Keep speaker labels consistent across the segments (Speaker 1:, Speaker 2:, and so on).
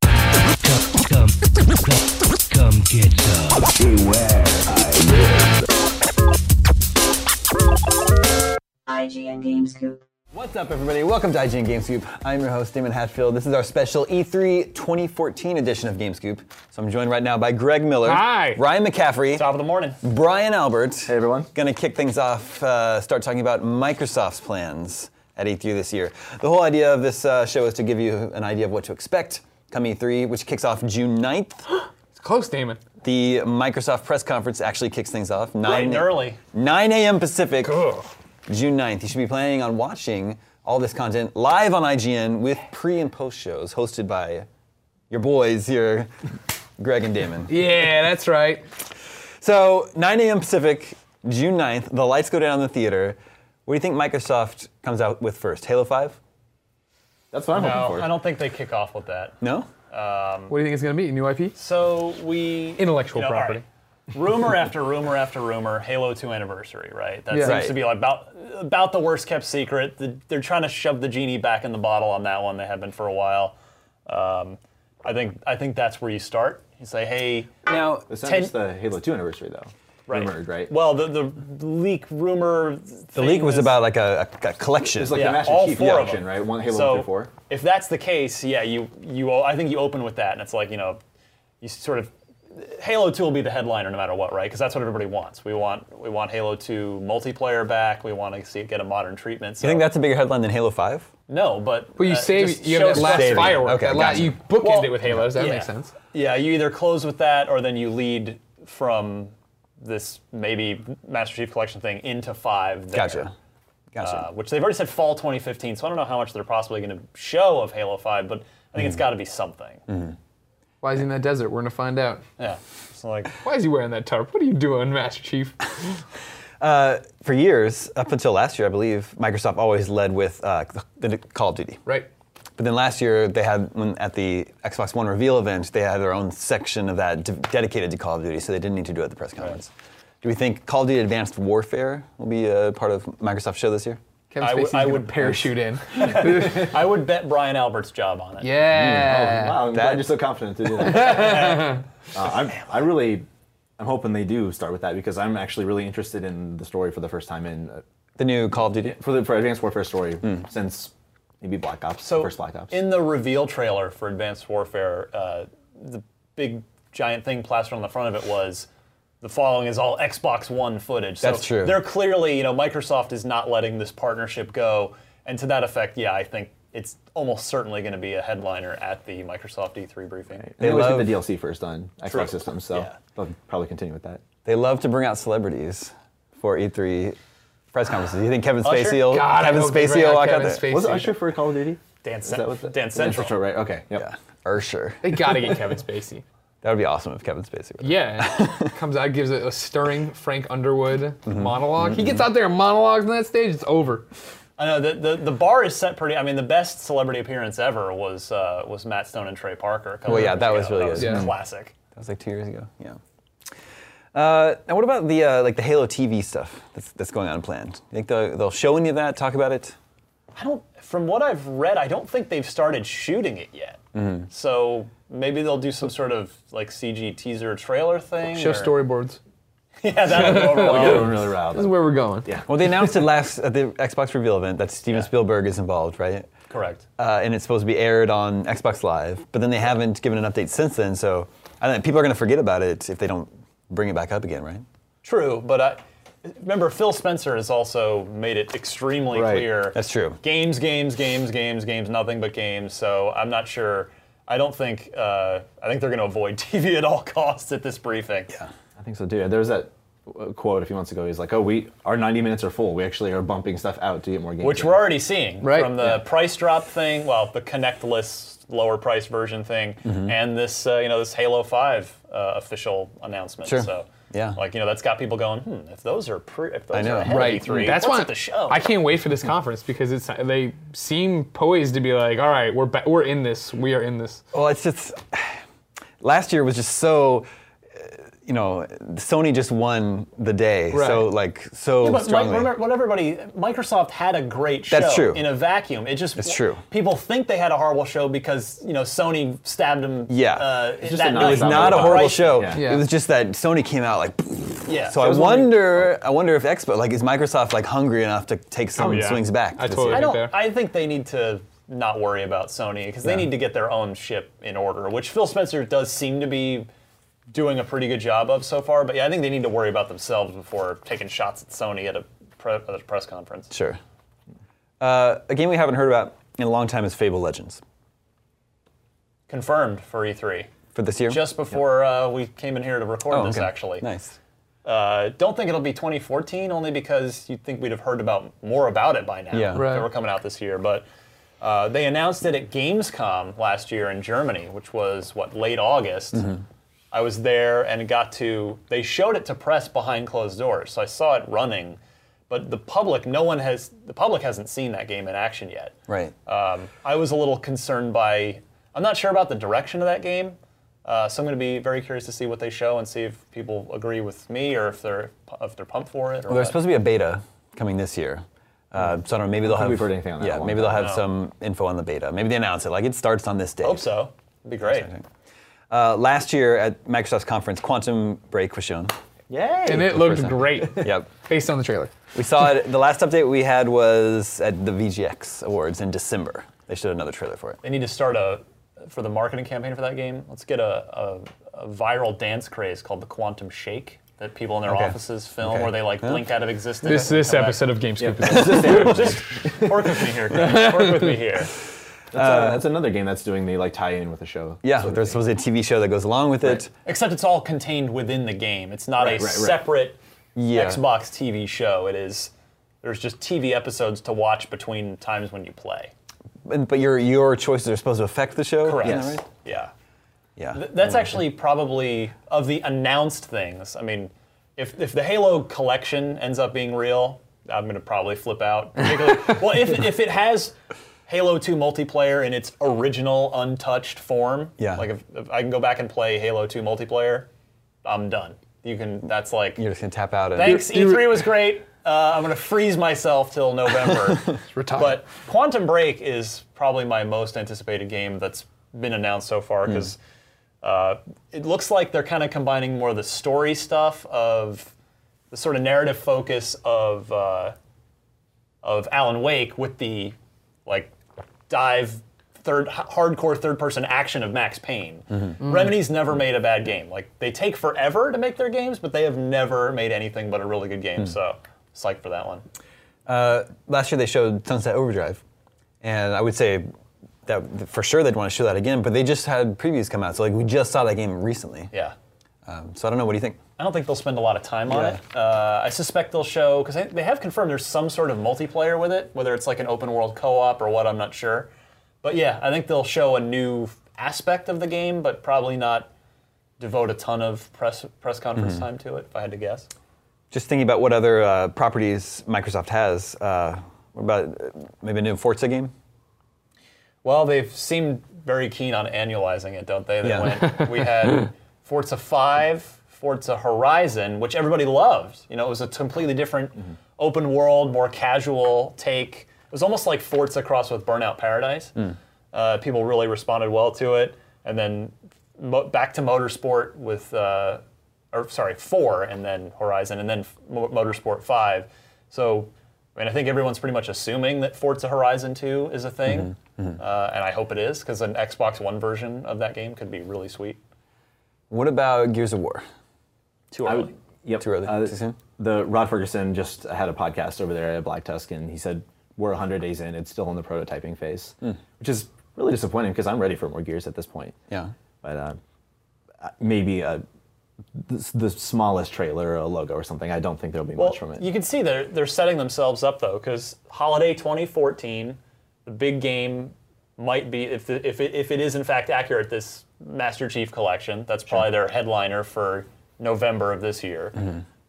Speaker 1: Come, come, come get some.
Speaker 2: IGN Games Coop.
Speaker 3: What's up, everybody? Welcome to IGN GameScoop. I'm your host, Damon Hatfield. This is our special E E3 2014 edition of GameScoop. So I'm joined right now by Greg Miller,
Speaker 4: Hi.
Speaker 3: Ryan McCaffrey,
Speaker 4: Top of the morning.
Speaker 3: Brian Albert. Hey,
Speaker 4: everyone.
Speaker 3: Gonna kick things off, uh, start talking about Microsoft's plans at E3 this year. The whole idea of this uh, show is to give you an idea of what to expect come E3, which kicks off June 9th.
Speaker 4: It's close, Damon.
Speaker 3: The Microsoft press conference actually kicks things off. 9
Speaker 4: and early.
Speaker 3: 9 a.m. Pacific. June 9th. You should be planning on watching all this content live on IGN with pre and post shows hosted by your boys here, Greg and Damon.
Speaker 4: Yeah, that's right.
Speaker 3: So, 9 a.m. Pacific, June 9th, the lights go down in the theater. What do you think Microsoft comes out with first? Halo 5? That's what I'm
Speaker 5: No, I don't think they kick off with that. Um,
Speaker 3: No?
Speaker 4: What do you think it's gonna be? New IP?
Speaker 5: So we
Speaker 4: Intellectual
Speaker 5: all
Speaker 4: property.
Speaker 5: right. rumor after rumor after rumor. Halo 2 anniversary, right? That
Speaker 4: Yeah.
Speaker 5: seems
Speaker 3: Right.
Speaker 5: to be like about about the worst kept secret. The, they're trying to shove the genie back in the bottle on that one. They have been for a while. Um, I think I think that's where you start. You say, hey,
Speaker 3: Now,
Speaker 6: It's not
Speaker 5: Ten-
Speaker 6: just the Halo 2 anniversary, though.
Speaker 5: Right.
Speaker 6: Rumored, right?
Speaker 5: well, the the leak rumor.
Speaker 3: the leak was about like a, a- a collection.
Speaker 6: it's like
Speaker 5: yeah,
Speaker 6: the Master
Speaker 5: all
Speaker 6: Chief
Speaker 5: four of
Speaker 6: auction,
Speaker 5: them.
Speaker 6: right? One Halo
Speaker 5: so
Speaker 6: 1 through 4.
Speaker 5: If that's the case, yeah, you you all- I think you open with that, and it's like you know, you sort of Halo 2 will be the headliner no matter what, right? Because that's what everybody wants. We want we want Halo 2 multiplayer back. We want to see it get a modern treatment. So
Speaker 3: you think that's a bigger headline than Halo 5?
Speaker 5: no, but
Speaker 4: But you
Speaker 5: uh,
Speaker 4: save
Speaker 5: just
Speaker 4: you have
Speaker 5: shows
Speaker 4: that last
Speaker 5: something.
Speaker 4: firework.
Speaker 3: Okay,
Speaker 4: that la-
Speaker 3: gotcha.
Speaker 4: you bookend
Speaker 5: Well,
Speaker 4: it with Halo. Does that
Speaker 5: yeah.
Speaker 4: make sense?
Speaker 5: Yeah, you either close with that or then you lead from this maybe Master Chief Collection thing into five. There.
Speaker 3: Gotcha. Gotcha.
Speaker 5: uh, which they've already said fall 2015. So I don't know how much they're possibly going to show of Halo 5, but I
Speaker 3: Hmm.
Speaker 5: think it's got to be something.
Speaker 4: Mm-hmm. Why is he in that desert? We're gonna find out.
Speaker 5: Yeah. So like,
Speaker 4: Why is he wearing that tarp? What are you doing, Master Chief?
Speaker 3: Uh, for years, up until last year, I believe, Microsoft always led with uh, the Call of Duty.
Speaker 4: right.
Speaker 3: But then last year, they had when at the Xbox One reveal event, they had their own section of that de- dedicated to Call of Duty, so they didn't need to do it at the press conference. Do we think Call of Duty Advanced Warfare will be a part of Microsoft's show this year?
Speaker 4: Kevin
Speaker 5: I
Speaker 4: Spacey's
Speaker 5: would- I
Speaker 4: gonna
Speaker 5: would-
Speaker 4: parachute in.
Speaker 5: I would bet Brian Albert's job on it.
Speaker 4: yeah.
Speaker 6: Oh, wow, I'm
Speaker 3: Hmm. that-
Speaker 6: glad you're so confident to do that. uh, I'm, I really, I'm hoping they do start with that because I'm actually really interested in the story for the first time in, uh,
Speaker 3: The new Call of Duty.
Speaker 6: for the for Advanced Warfare story since maybe Black Ops,
Speaker 5: So
Speaker 6: first Black Ops.
Speaker 5: in the reveal trailer for Advanced Warfare, uh, the big giant thing plastered on the front of it was the following is all Xbox One footage. So
Speaker 3: That's true.
Speaker 5: They're clearly, you know, Microsoft is not letting this partnership go, and to that effect, yeah, I think it's almost certainly going to be a headliner at the Microsoft E3 briefing.
Speaker 6: They always
Speaker 7: love-
Speaker 6: did the DLC first on Xbox
Speaker 5: True.
Speaker 6: systems, so
Speaker 5: Yeah.
Speaker 6: they'll probably continue with that.
Speaker 7: They love to bring out celebrities for E3 press conferences. Do you think Kevin
Speaker 5: Usher?
Speaker 7: Spacey will,
Speaker 4: God, I
Speaker 7: Kevin
Speaker 4: hope they
Speaker 7: Spacey
Speaker 4: bring
Speaker 7: will
Speaker 4: out
Speaker 7: walk
Speaker 4: Kevin
Speaker 7: out there?
Speaker 4: Spacey.
Speaker 6: Was it Usher for Call of Duty?
Speaker 5: Dance,
Speaker 6: that what the-
Speaker 5: Dance
Speaker 6: That's
Speaker 5: Central.
Speaker 6: right, right. Okay. Yep.
Speaker 7: Yeah, Usher.
Speaker 4: They gotta get Kevin Spacey.
Speaker 7: That would be awesome if Kevin Spacey would.
Speaker 4: Yeah, comes out, gives a, a stirring Frank Underwood
Speaker 5: Mm-hmm.
Speaker 4: monolog He gets out there and monologues on that stage. It's over.
Speaker 5: I know the, the the bar is set pretty. I mean, the best celebrity appearance ever was uh, was Matt Stone and Trey Parker. a couple
Speaker 7: Well, yeah,
Speaker 5: years
Speaker 7: that was
Speaker 5: ago.
Speaker 7: really
Speaker 4: good. Yeah.
Speaker 5: classic.
Speaker 7: That was like two years ago. Yeah. Uh, now, what about the uh, like the Halo TV stuff that's, that's going on planned? You think they'll, they'll show any of that? Talk about it?
Speaker 5: I don't. From what I've read, I don't think they've started shooting it yet.
Speaker 6: Mm-hmm.
Speaker 5: So maybe they'll do some sort of like CG teaser trailer thing.
Speaker 4: Show
Speaker 5: or-
Speaker 4: storyboards.
Speaker 5: Yeah, that'll go over well.
Speaker 6: Everyone really riled.
Speaker 4: This is
Speaker 6: up.
Speaker 4: where we're going. Yeah.
Speaker 7: Well, they announced it last at the Xbox reveal event that Steven Spielberg is involved, right?
Speaker 5: Correct.
Speaker 7: Uh, and it's supposed to be aired on Xbox Live, but then they haven't given an update since then. So I don't know, people are going to forget about it if they don't bring it back up again, right?
Speaker 5: True, but I, remember Phil Spencer has also made it extremely
Speaker 6: Right,
Speaker 5: clear.
Speaker 7: that's true.
Speaker 5: Games, games, games, games, games, nothing but games. So I'm not sure. I don't think. Uh, I think they're going to avoid TV at all costs at this briefing. Yeah.
Speaker 6: I think so too. There was that uh, quote a few months ago. He's like, "Oh, we our 90 minutes are full. We actually are bumping stuff out to get more games."
Speaker 5: Which
Speaker 6: in."
Speaker 5: we're already seeing
Speaker 4: Right,
Speaker 5: from the price drop thing, well, the connectless lower price version thing,
Speaker 4: Mm-hmm.
Speaker 5: and this uh, you know this Halo Five uh, official announcement.
Speaker 7: Sure.
Speaker 5: So
Speaker 7: Yeah.
Speaker 5: like you know that's got people going. Hmm, if those are pre- if those
Speaker 7: know.
Speaker 5: are ahead of
Speaker 4: Right.
Speaker 5: E3,
Speaker 4: That's
Speaker 5: what's
Speaker 4: why
Speaker 5: at the show.
Speaker 4: I can't wait for this conference because it's they seem poised to be like, all right, we're ba- we're in this. We are in this.
Speaker 7: Well, it's just last year was just so. uh, You know, Sony just won the day, so
Speaker 4: Right.
Speaker 7: like so
Speaker 5: But Mike,
Speaker 7: Oh, strongly.
Speaker 5: remember, what everybody, Microsoft had a great show.
Speaker 7: That's true.
Speaker 5: In a vacuum, it just
Speaker 7: It's true.
Speaker 5: People think they had a horrible show because you know Sony stabbed them.
Speaker 7: Yeah.
Speaker 5: uh,
Speaker 6: just
Speaker 5: that
Speaker 6: a
Speaker 5: night.
Speaker 7: it was not a horrible show.
Speaker 6: Yeah.
Speaker 4: Yeah.
Speaker 7: It was just that Sony came out like.
Speaker 5: Yeah.
Speaker 7: So I wonder, I wonder if Expo, like, is Microsoft like hungry enough to take some
Speaker 4: yeah.
Speaker 7: swings back?
Speaker 4: I
Speaker 7: this
Speaker 4: totally
Speaker 7: year?
Speaker 5: Oh, I don't.
Speaker 4: there.
Speaker 5: I think they need to not worry about Sony because they need to get their own ship in order, which Phil Spencer does seem to be doing a pretty good job of so far. But yeah, I think they need to worry about themselves before taking shots at Sony at a, pre- at a press conference.
Speaker 7: Sure. Uh, a game we haven't heard about in a long time is Fable Legends
Speaker 5: Confirmed for E E3.
Speaker 7: for this year.
Speaker 5: Just before uh, we came in here to record
Speaker 7: Oh,
Speaker 5: this,
Speaker 7: okay.
Speaker 5: actually.
Speaker 7: Nice.
Speaker 5: Uh, don't think it'll be 2014, only because you'd think we'd have heard about more about it by now.
Speaker 7: Yeah.
Speaker 4: Right.
Speaker 5: If it were coming out this year, but uh, they announced it at Gamescom last year in Germany, which was what late August. I was there and got to. They showed it to press behind closed doors, so I saw it running. But the public, no one has. The public hasn't seen that game in action yet.
Speaker 7: Right.
Speaker 5: Um, I was a little concerned by. I'm not sure about the direction of that game, uh, so I'm going to be very curious to see what they show and see if people agree with me or if they're if they're pumped for it. Or
Speaker 7: well, there's
Speaker 5: what.
Speaker 7: supposed to be a beta coming this year. Uh, so I don't know. Maybe they'll have.
Speaker 6: we've heard anything on that
Speaker 7: Yeah.
Speaker 6: one.
Speaker 7: Maybe they'll have some info on the beta. Maybe they announce it. Like it starts on this day.
Speaker 5: I hope so. It'd be great.
Speaker 7: Uh, last year at Microsoft's conference, Quantum Break was shown.
Speaker 6: Yay!
Speaker 4: And it looked great
Speaker 7: Yep.
Speaker 4: based on the trailer.
Speaker 7: We saw it. The last update we had was at the VGX Awards in December. They showed another trailer for it.
Speaker 5: They need to start a for the marketing campaign for that game. Let's get a, a, a viral dance craze called the Quantum Shake that people in their
Speaker 7: Okay.
Speaker 5: offices film,
Speaker 7: Okay.
Speaker 5: where they like blink out of existence.
Speaker 4: This
Speaker 5: and
Speaker 4: this
Speaker 5: come back.
Speaker 4: episode of GameScoop is
Speaker 5: Just work with me here, guys. Work with me here.
Speaker 6: That's, uh, that's another game that's doing the like tie-in with the show.
Speaker 7: Yeah,
Speaker 6: sort of
Speaker 7: there's
Speaker 6: thing.
Speaker 7: supposed to be a TV show that goes along with it.
Speaker 5: Except it's all contained within the game. It's not
Speaker 6: Right, right,
Speaker 5: a
Speaker 6: right.
Speaker 5: separate
Speaker 7: Yeah.
Speaker 5: Xbox TV show. It is there's just TV episodes to watch between times when you play.
Speaker 7: And, but your your choices are supposed to affect the show.
Speaker 5: Correct.
Speaker 7: Yeah. right?
Speaker 5: Yeah.
Speaker 7: Yeah.
Speaker 5: Th- That's actually probably of the announced things. I mean, if if the Halo collection ends up being real, I'm gonna probably flip out. Particularly, well, if if it has Halo 2 multiplayer in its original untouched form,
Speaker 7: Yeah.
Speaker 5: like if, if I can go back and play Halo 2 multiplayer, I'm done. You can. That's like
Speaker 7: You're just gonna tap out. And,
Speaker 5: Thanks. E E3 was great. Uh, I'm gonna freeze myself till November.
Speaker 4: retired.
Speaker 5: but Quantum Break is probably my most anticipated game that's been announced so far because uh, it looks like they're kind of combining more of the story stuff of the sort of narrative focus of uh, of Alan Wake with the like dive third h- hardcore third person action of Max Payne.
Speaker 8: Mm.
Speaker 5: Remedy's never made a bad game. Like they take forever to make their games, but they have never made anything but a really good game. So psyched for that one.
Speaker 7: uh, last year they showed Sunset Overdrive, and I would say that for sure they'd want to show that again. But they just had previews come out, so like we just saw that game recently.
Speaker 5: Yeah.
Speaker 7: Um, so I don't know. What do you think?
Speaker 5: I don't think they'll spend a lot of time on
Speaker 7: Yeah.
Speaker 5: it. Uh, I suspect they'll show because they, they have confirmed there's some sort of multiplayer with it, whether it's like an open world co-op or what. I'm not sure, but yeah, I think they'll show a new aspect of the game, but probably not devote a ton of press press conference time to it. If I had to guess,
Speaker 7: Just thinking about what other uh, properties Microsoft has. Uh, what about uh, maybe a new Forza game?
Speaker 5: well, they've seemed very keen on annualizing it, don't they? They
Speaker 7: Yeah.
Speaker 5: went, we had Forza Five. Forza Horizon, which everybody loved. You know, it was a completely different open world, more casual take. It was almost like Forza crossed with Burnout Paradise.
Speaker 6: Hmm.
Speaker 5: Uh, people really responded well to it. And then mo- back to Motorsport with, uh, or sorry, four, and then Horizon, and then F- Mo- Motorsport five. So, I mean, I think everyone's pretty much assuming that Forza Horizon two is a thing, Uh, and I hope it is because an Xbox One version of that game could be really sweet.
Speaker 7: What about Gears of War?
Speaker 5: Too
Speaker 6: I
Speaker 5: early.
Speaker 6: would, yep.
Speaker 7: Too early.
Speaker 6: Uh,
Speaker 7: Too soon?
Speaker 6: The Rod Ferguson just had a podcast over there at Black Tusk, and he said we're 100 days in. It's still in the prototyping phase,
Speaker 7: Hmm.
Speaker 6: which is really disappointing because I'm ready for more gears at this point.
Speaker 7: Yeah.
Speaker 6: But uh, uh, maybe uh the, the smallest trailer, a logo or something. I don't think there'll be
Speaker 5: Well,
Speaker 6: much from it.
Speaker 5: you can see they're they're setting themselves up though, because holiday 2014, the big game might be if the, if it, if it is in fact accurate, this Master Chief Collection. That's probably their headliner for November of this year.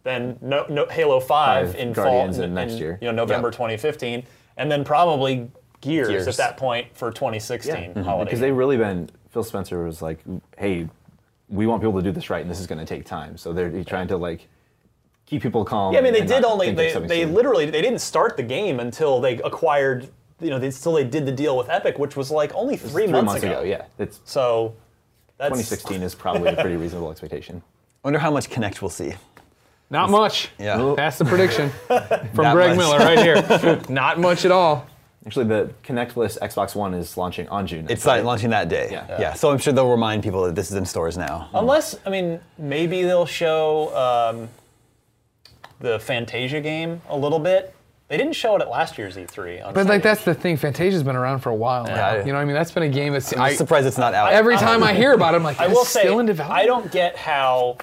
Speaker 5: Then no, no, Halo 5,
Speaker 6: Five,
Speaker 5: in
Speaker 6: Guardians
Speaker 5: fall
Speaker 6: in next year.
Speaker 5: you know November 2015, and then probably Gears,
Speaker 7: Gears.
Speaker 5: at that point for 2016
Speaker 7: Mm-hmm.
Speaker 5: holiday.
Speaker 6: Mm-hmm. Because they've really been. Phil Spencer was like, "Hey, we want people to do this right, and this is going to take time." So they're trying to like keep people calm.
Speaker 5: Yeah, I mean, they
Speaker 6: and
Speaker 5: did
Speaker 6: not
Speaker 5: only
Speaker 6: think of
Speaker 5: they,
Speaker 6: something
Speaker 5: they
Speaker 6: soon.
Speaker 5: literally they didn't start the game until they acquired you know they, until they did the deal with Epic, which was like only three,
Speaker 6: three
Speaker 5: months,
Speaker 6: months
Speaker 5: ago.
Speaker 6: Yeah, it's
Speaker 5: So that's
Speaker 6: 2016 is probably a pretty reasonable expectation.
Speaker 7: Wonder how much Connect we'll see.
Speaker 4: Not much.
Speaker 7: Yeah.
Speaker 4: That's the prediction from
Speaker 7: Not
Speaker 4: Greg
Speaker 7: much.
Speaker 4: Miller right here. Not much at all.
Speaker 6: Actually, the Connectless Xbox One is launching on June.
Speaker 7: It's like launching that day.
Speaker 6: Yeah.
Speaker 7: yeah. So I'm sure they'll remind people that this is in stores now.
Speaker 6: Hmm.
Speaker 5: Unless I mean maybe they'll show um, the Fantasia game a little bit. They didn't show it at last year's E E3. On
Speaker 4: But like
Speaker 5: stage.
Speaker 4: that's the thing. Fantasia's been around for a while. now.
Speaker 7: I-
Speaker 4: you know, what I mean, that's been a game that's
Speaker 7: I'm
Speaker 4: I,
Speaker 7: just surprised it's not out.
Speaker 4: every time I hear about it, I'm like,
Speaker 5: Um, I will
Speaker 4: it's
Speaker 5: say
Speaker 4: still in development.
Speaker 5: I don't get how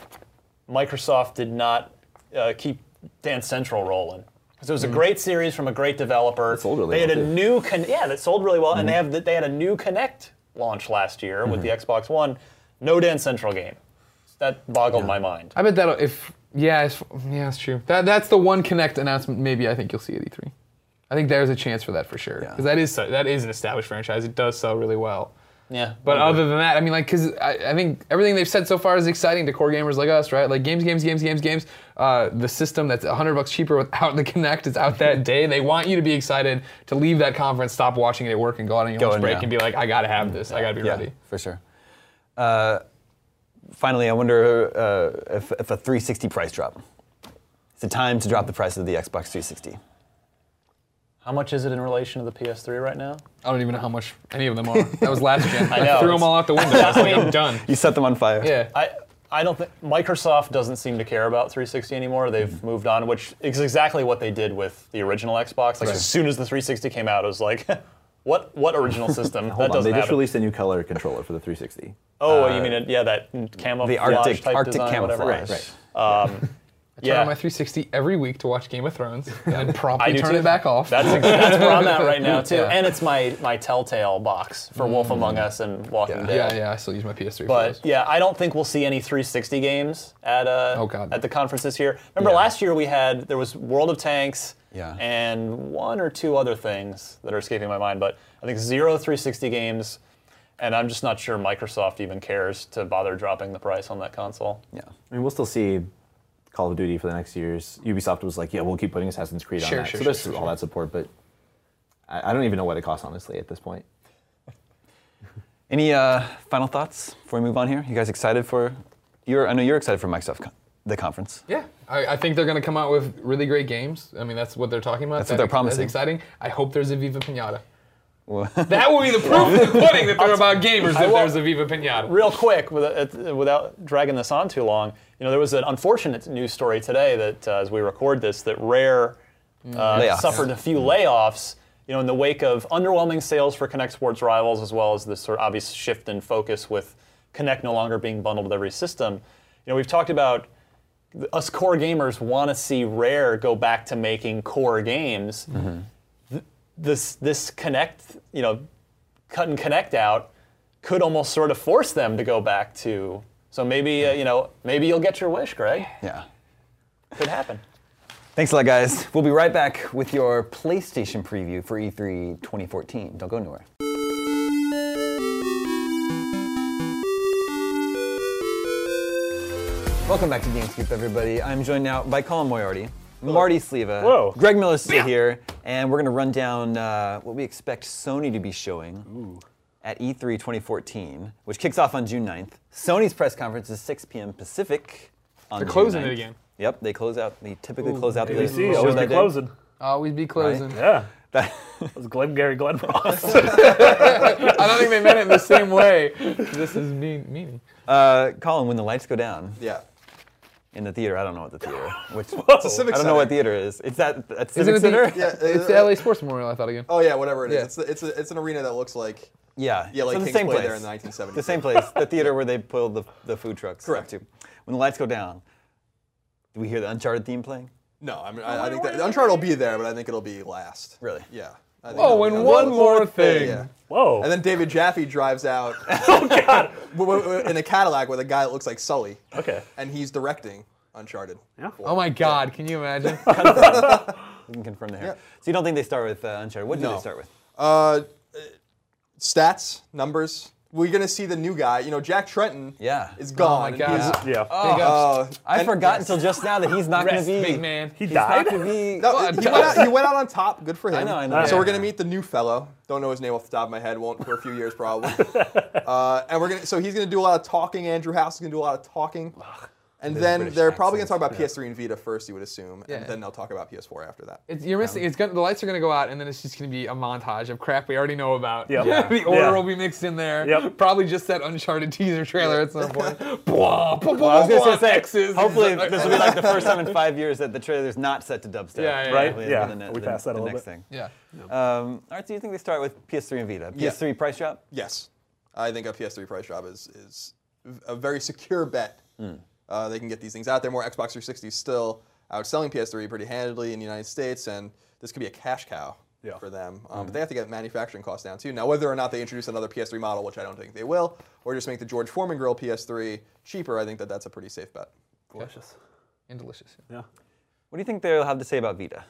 Speaker 5: Microsoft did not uh, keep Dance Central rolling. Because it was a
Speaker 7: Mm.
Speaker 5: great series from a great developer.
Speaker 6: sold really
Speaker 5: they had
Speaker 6: well,
Speaker 5: a
Speaker 6: too.
Speaker 5: new con- yeah, that sold really well, and they
Speaker 7: Mm-hmm.
Speaker 5: have they had a new Connect launch last year with the Xbox One. No Dance Central game. That boggled my mind.
Speaker 4: I bet that'll if yeah, it's, yeah, it's true. That that's the one Connect announcement. Maybe I think you'll see at E3. I think there's a chance for that for sure because that is so- that is an established franchise. It does sell really well.
Speaker 5: Yeah,
Speaker 4: But other than that, I mean, like, because I, I think everything they've said so far is exciting to core gamers like us, right? Like, games, games, games, games, games. Uh, the system that's 100 bucks cheaper without the Connect is out that day. They want you to be excited to leave that conference, stop watching it at work, and go out on your lunch
Speaker 7: and,
Speaker 4: break
Speaker 7: yeah.
Speaker 4: and be like, I gotta have this. I gotta be ready.
Speaker 7: for sure. Uh, finally, I wonder uh, if, if a 360 price drop. It's the time to drop the price of the Xbox 360.
Speaker 5: How much is it in relation to the PS3 right now?
Speaker 4: I don't even know how much any of them are. That was last gen. I,
Speaker 5: know,
Speaker 4: threw
Speaker 5: it's-
Speaker 4: them all out the window. I was like, I'm done.
Speaker 7: You set them on fire.
Speaker 4: Yeah.
Speaker 5: I I don't think Microsoft doesn't seem to care about 360 anymore. They've moved on, which is exactly what they did with the original Xbox. Like as soon as the 360 came out, it was like, what what original system? that
Speaker 6: Hold on,
Speaker 5: doesn't
Speaker 6: they just
Speaker 5: happen.
Speaker 6: released a new color controller for the 360.
Speaker 5: oh, you mean it, yeah, that camouflage
Speaker 7: The Arctic
Speaker 5: type
Speaker 7: Arctic
Speaker 5: design,
Speaker 7: camouflage.
Speaker 5: whatever. Um,
Speaker 4: I
Speaker 6: Right.
Speaker 4: turn on my 360 every week to watch Game of Thrones and
Speaker 5: I
Speaker 4: promptly
Speaker 5: do
Speaker 4: turn
Speaker 5: too.
Speaker 4: it back off.
Speaker 5: That's, ex- that's where I'm at right now too,
Speaker 4: Yeah.
Speaker 5: and it's my my Telltale box for Wolf Among Us and Walking Dead.
Speaker 4: yeah, yeah. I still use my PS3. for
Speaker 5: But
Speaker 4: those.
Speaker 5: yeah, I don't think we'll see any 360 games at uh,
Speaker 4: Oh, God.
Speaker 5: at the conference this year. Remember
Speaker 4: Yeah.
Speaker 5: last year we had there was World of Tanks
Speaker 7: Yeah.
Speaker 5: and one or two other things that are escaping my mind, but I think zero 360 games, and I'm just not sure Microsoft even cares to bother dropping the price on that console.
Speaker 7: Yeah.
Speaker 6: I mean, we'll still see Call of Duty for the next years. Ubisoft was like, yeah, we'll keep putting Assassin's Creed
Speaker 4: Sure,
Speaker 6: on that.
Speaker 4: sure,
Speaker 6: so there's
Speaker 4: sure, sure,
Speaker 6: all that support, but I, I don't even know what it costs, honestly, at this point.
Speaker 7: Any uh, final thoughts before we move on here? You guys excited for? You're, I know you're excited for Microsoft con- the conference.
Speaker 4: Yeah, I, I think they're going to come out with really great games. I mean, that's what they're talking about.
Speaker 7: That's what they're promising.
Speaker 4: That's exciting. I hope there's a Viva Pinata. that will be the proof in the pudding that they're about gamers
Speaker 5: I
Speaker 4: if
Speaker 5: will-
Speaker 4: there's a Viva Pinata.
Speaker 5: real quick, with, uh, without dragging this on too long, you know, there was an unfortunate news story today that, uh, as we record this, that Rare uh,
Speaker 7: Layoffs.
Speaker 5: suffered a few layoffs, you know, in the wake of underwhelming sales for Kinect Sports Rivals, as well as this sort of obvious shift in focus with Kinect no longer being bundled with every system, you know, we've talked about us core gamers want to see Rare go back to making core games. Th- this this Kinect, you know, cut and connect out could almost sort of force them to go back to. So maybe uh, you know, maybe you'll get your wish, Greg.
Speaker 7: Yeah.
Speaker 5: Could happen.
Speaker 7: Thanks a lot, guys. We'll be right back with your PlayStation preview for E E3 2014. Don't go anywhere. Welcome back to GameScoop, everybody. I'm joined now by Colin Moriarty, Marty Sleva,
Speaker 5: Whoa.
Speaker 7: Greg Miller is still here, and we're going to run down uh, what we expect Sony to be showing at E E3 2014, which kicks off on June 9th. Sony's press conference is 6 p.m. Pacific. On
Speaker 4: They're
Speaker 7: June
Speaker 4: closing it
Speaker 7: 9th.
Speaker 4: again.
Speaker 7: Yep, they close out. They typically close out the
Speaker 9: You
Speaker 7: list.
Speaker 9: see, always be closing.
Speaker 4: Always be closing.
Speaker 9: Yeah.
Speaker 7: That,
Speaker 9: That was Glenn Gary Glenn Ross.
Speaker 4: I don't think they meant it in the same way. This is mean, meaning.
Speaker 7: uh, Colin, when the lights go down
Speaker 2: Yeah.
Speaker 7: in the theater, I don't know what the theater. Which
Speaker 2: It's a
Speaker 7: I
Speaker 2: civic
Speaker 7: don't know what
Speaker 2: center.
Speaker 7: theater is. It's that that's
Speaker 4: Isn't it
Speaker 7: Civic
Speaker 4: the-
Speaker 7: Center.
Speaker 2: Yeah,
Speaker 4: It's
Speaker 2: uh,
Speaker 4: the LA Sports Memorial, I thought again.
Speaker 2: Oh yeah, whatever it is.
Speaker 4: Yeah.
Speaker 2: It's it's a, it's an arena that looks like
Speaker 7: Yeah,
Speaker 2: Yeah, like
Speaker 7: so the
Speaker 2: Kings
Speaker 7: same
Speaker 2: played
Speaker 7: place.
Speaker 2: there in the 1970s.
Speaker 7: The same place, the theater where they pulled the, the food trucks. up
Speaker 2: Correct.
Speaker 7: to. When the lights go down, do we hear the Uncharted theme playing?
Speaker 2: no. I mean, I, I think that Uncharted will be there, but I think it'll be last.
Speaker 7: Really?
Speaker 2: Yeah. I think it'll
Speaker 4: Oh,
Speaker 2: be
Speaker 4: and
Speaker 2: on-
Speaker 4: one more thing.
Speaker 2: Yeah.
Speaker 9: Whoa.
Speaker 2: And then David Jaffe drives out
Speaker 7: Oh,
Speaker 2: w- w- in a Cadillac with a guy that looks like Sully,
Speaker 9: okay.
Speaker 2: and he's directing Uncharted.
Speaker 9: Yeah.
Speaker 4: Oh my God, can you imagine?
Speaker 7: We can confirm the hair.
Speaker 2: Yeah.
Speaker 7: So you don't think they start with uh, Uncharted? What do
Speaker 2: No.
Speaker 7: they start with?
Speaker 2: Uh, stats, numbers. We're gonna see the new guy. You know, Jack Trenton.
Speaker 7: Yeah.
Speaker 2: Is gone.
Speaker 4: Oh my
Speaker 2: and he's-
Speaker 4: God.
Speaker 9: Oh Yeah.
Speaker 4: Big ups,
Speaker 2: Uh,
Speaker 7: I
Speaker 2: and-
Speaker 7: forgot until just now that he's not going to
Speaker 9: Rest,
Speaker 7: be.
Speaker 4: big man.
Speaker 9: he
Speaker 7: He's
Speaker 9: died.
Speaker 7: not going to be.
Speaker 2: No,
Speaker 4: God,
Speaker 2: he, went out, he went out on top. Good for him.
Speaker 7: I know, I know.
Speaker 2: So
Speaker 7: Yeah.
Speaker 2: we're gonna meet the new fellow. Don't know his name off the top of my head. Won't for a few years probably. uh, and we're gonna. So he's gonna do a lot of talking. Andrew House is gonna do a lot of talking. And then
Speaker 7: British
Speaker 2: they're probably gonna
Speaker 7: accents,
Speaker 2: talk about PS3 and Vita first, you would assume,
Speaker 4: Yeah.
Speaker 2: and then they'll talk about PS4 after that.
Speaker 4: It's, you're missing. It's gonna, the lights are gonna go out, and then it's just gonna be a montage of crap we already know about.
Speaker 9: Yep.
Speaker 4: Yeah.
Speaker 9: Yeah.
Speaker 4: the order
Speaker 9: Yeah.
Speaker 4: will be mixed in there.
Speaker 9: Yep.
Speaker 4: Probably just that Uncharted teaser trailer at some point. blah, blah, blah,
Speaker 7: Well, I
Speaker 4: blah,
Speaker 7: was just gonna say,
Speaker 4: X's.
Speaker 7: hopefully this will be like the first time in five years that the trailer's not set to dubstep.
Speaker 4: Yeah, yeah,
Speaker 9: Right?
Speaker 7: Hopefully
Speaker 9: Yeah.
Speaker 7: the ne-
Speaker 9: We
Speaker 7: the-
Speaker 9: passed that
Speaker 7: the
Speaker 9: a little
Speaker 7: next
Speaker 9: bit.
Speaker 7: thing.
Speaker 4: yeah.
Speaker 7: Um, all right, so you think they start with PS3 and Vita? PS3 price drop?
Speaker 2: Yes, I think a PS3 price drop is is a very secure bet.
Speaker 7: Mm.
Speaker 2: Uh, they can get these things out there. More Xbox 360 is still outselling PS3 pretty handedly in the United States, and this could be a cash cow
Speaker 9: Yeah.
Speaker 2: for them.
Speaker 7: Mm-hmm.
Speaker 2: Um, But they have to get manufacturing costs down too. Now, whether or not they introduce another PS3 model, which I don't think they will, or just make the George Foreman grill PS3 cheaper, I think that that's a pretty safe bet.
Speaker 9: Delicious.
Speaker 4: And delicious.
Speaker 9: Yeah.
Speaker 7: What do you think they'll have to say about Vita?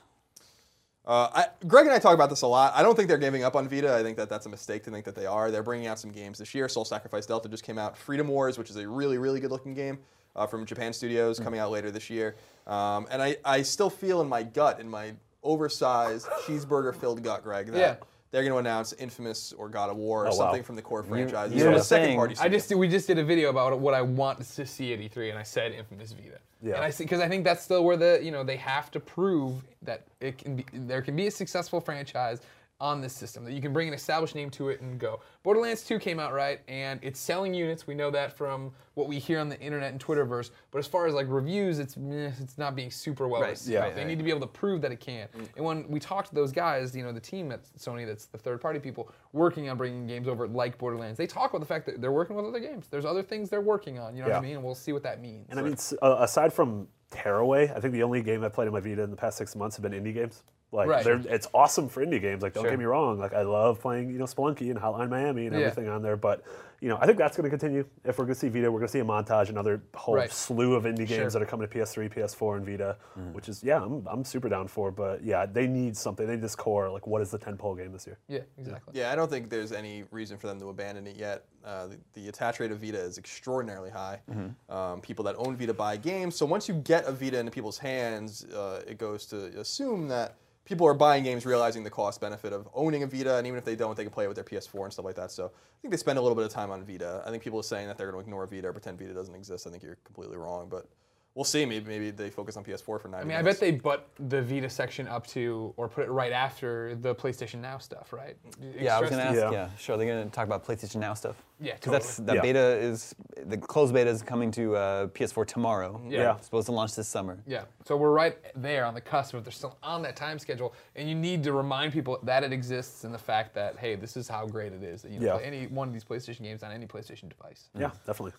Speaker 2: Uh, I, Greg and I talk about this a lot. I don't think they're giving up on Vita. I think that that's a mistake to think that they are. They're bringing out some games this year. Soul Sacrifice Delta just came out. Freedom Wars, which is a really, really good looking game uh, from Japan Studios,
Speaker 7: Hmm.
Speaker 2: coming out later this year. Um, and I, I still feel in my gut, in my oversized cheeseburger filled gut, Greg, that
Speaker 4: Yeah.
Speaker 2: they're going to announce Infamous or God of War or
Speaker 9: wow.
Speaker 2: something from the core franchise.
Speaker 7: Oh, you
Speaker 2: from
Speaker 7: were
Speaker 2: a second
Speaker 7: saying-
Speaker 2: party.
Speaker 4: I
Speaker 2: studio.
Speaker 4: just did- we just did a video about what I want to see at E3, and I said Infamous Vita.
Speaker 9: Yeah.
Speaker 4: And I see because I think that's still where the you know they have to prove that it can be there can be a successful franchise on this system that you can bring an established name to it and go. Borderlands 2 came out right, and it's selling units. We know that from what we hear on the internet and Twitterverse. But as far as like reviews, it's meh, it's not being super well
Speaker 7: Right,
Speaker 4: received.
Speaker 7: yeah.
Speaker 4: They need to be able to prove that it can.
Speaker 9: Mm.
Speaker 4: And when we talked to those guys, you know, the team at Sony, that's the third party people working on bringing games over like Borderlands, they talk about the fact that they're working with other games. There's other things they're working on. You know what I
Speaker 9: Yeah.
Speaker 4: mean? And we'll see what that means.
Speaker 9: And I mean, s- uh, aside from Tearaway, I think the only game I've played on my Vita in the past six months have been indie games. Like,
Speaker 4: Right.
Speaker 9: they're, it's awesome for indie games. Like, don't
Speaker 4: Sure.
Speaker 9: get me wrong. Like, I love playing, you know, Spelunky and Hotline Miami and
Speaker 4: Yeah.
Speaker 9: everything on there. But, you know, I think that's going to continue. If we're going to see Vita, we're going to see a montage, another whole
Speaker 4: Right.
Speaker 9: slew of indie
Speaker 4: Sure.
Speaker 9: games that are coming to PS3, PS4, and Vita, which is, yeah, I'm, I'm super down for. But, yeah, they need something. They need this core. Like, what is the 10 pole game this year?
Speaker 4: yeah, exactly.
Speaker 2: Yeah, I don't think there's any reason for them to abandon it yet. Uh, the, the attach rate of Vita is extraordinarily high. Um, people that own Vita buy games. So once you get a Vita into people's hands, uh, it goes to assume that people are buying games realizing the cost benefit of owning a Vita, and even if they don't, they can play it with their PS4 and stuff like that. So I think they spend a little bit of time on Vita. I think people are saying that they're going to ignore Vita or pretend Vita doesn't exist. I think you're completely wrong, but we'll see. Maybe maybe they focus on PS4 for 90
Speaker 4: I mean, I bet they butt the Vita section up to or put it right after the PlayStation Now stuff, right?
Speaker 7: Yeah, I was gonna
Speaker 4: Express-
Speaker 7: ask. Yeah,
Speaker 9: Yeah.
Speaker 7: sure. They're gonna talk about PlayStation Now stuff.
Speaker 4: Yeah,
Speaker 7: because that's
Speaker 4: totally.
Speaker 7: that
Speaker 9: Yeah.
Speaker 7: beta is the closed beta is coming to uh, PS4 tomorrow.
Speaker 4: Yeah.
Speaker 7: It's supposed to launch this summer.
Speaker 4: Yeah, so we're right there on the cusp of they're still on that time schedule, and you need to remind people that it exists and the fact that hey, this is how great it is that you can
Speaker 9: Yeah.
Speaker 4: play any one of these PlayStation games on any PlayStation device.
Speaker 9: Yeah, definitely.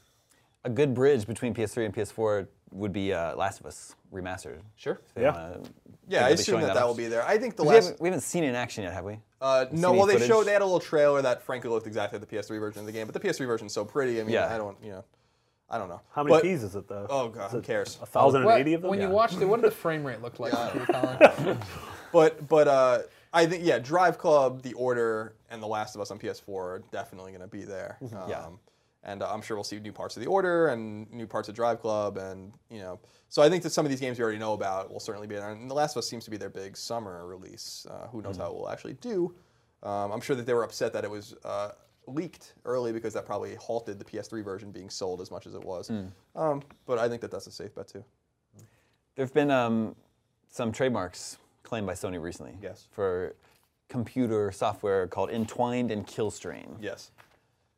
Speaker 7: A good bridge between PS3 and PS4 would be uh, Last of Us remastered.
Speaker 4: Sure.
Speaker 7: If they
Speaker 9: Yeah.
Speaker 7: wanna- think
Speaker 2: Yeah, I
Speaker 7: they'll be
Speaker 2: assume
Speaker 7: showing
Speaker 2: that that will be there. I think the
Speaker 7: 'Cause We
Speaker 2: last
Speaker 7: haven't, we haven't seen it in action yet, have we?
Speaker 2: Uh,
Speaker 7: Haven't
Speaker 2: no,
Speaker 7: seen
Speaker 2: well,
Speaker 7: any
Speaker 2: they showed
Speaker 7: footage?
Speaker 2: they had a little trailer that frankly looked exactly like the PS3 version of the game, but the PS3 version is so pretty. I mean,
Speaker 7: Yeah.
Speaker 2: I don't, you know, I don't know.
Speaker 9: How many
Speaker 2: But-
Speaker 9: keys is it though?
Speaker 2: Oh god, who cares?
Speaker 9: A thousand and
Speaker 4: Well,
Speaker 9: eighty of them.
Speaker 4: when you
Speaker 9: Yeah.
Speaker 4: watched it, what did the frame rate look like? when you were calling?
Speaker 2: But but uh, I think yeah, Drive Club, The Order, and The Last of Us on PS4 are definitely going to be there.
Speaker 7: Mm-hmm.
Speaker 2: Um,
Speaker 7: Yeah.
Speaker 2: and uh, I'm sure we'll see new parts of The Order and new parts of Drive Club, and you know, so I think that some of these games you already know about will certainly be there. And The Last of Us seems to be their big summer release. Uh, who
Speaker 7: Mm.
Speaker 2: knows how it will actually do? Um, I'm sure that they were upset that it was. Uh, Leaked early because that probably halted the PS3 version being sold as much as it was. Um, but I think that that's a safe bet too.
Speaker 7: There have been um, some trademarks claimed by Sony recently.
Speaker 2: Yes.
Speaker 7: For computer software called Entwined and Killstrain.
Speaker 2: Yes.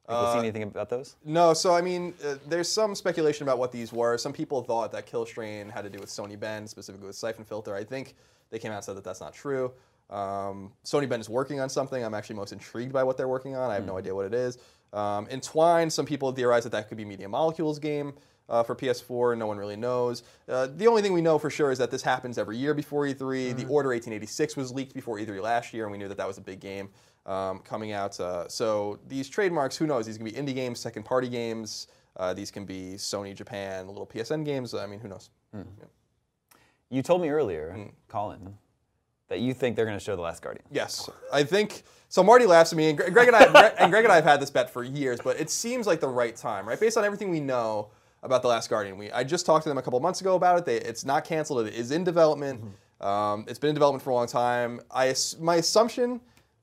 Speaker 7: Have
Speaker 4: Uh,
Speaker 7: you seen anything about those?
Speaker 2: No, so I mean, uh, there's some speculation about what these were. Some people thought that Killstrain had to do with Sony Bend, specifically with Siphon Filter. I think they came out and said that that's not true. Um, Sony Bend is working on something. I'm actually most intrigued by what they're working on. I have no idea what it is. Um, Entwine, some people theorize that that could be Media Molecules game uh, for PS4. No one really knows. Uh, the only thing we know for sure is that this happens every year before E3. The Order 1886 was leaked before E3 last year, and we knew that that was a big game um, coming out. Uh, so these trademarks, who knows? These can be indie games, second party games. Uh, these can be Sony Japan, little PSN games. I mean, who knows? Hmm. Yeah.
Speaker 7: You told me earlier, Colin, that you think they're going to show The Last Guardian.
Speaker 2: Yes, I think so. Marty laughs at me, and Gre- Greg and I, Gre- and Greg and I have had this bet for years, but it seems like the right time, right? Based on everything we know about the Last Guardian, we I just talked to them a couple months ago about it. They, it's not canceled. It is in development. Um, it's been in development for a long time. I ass- my assumption,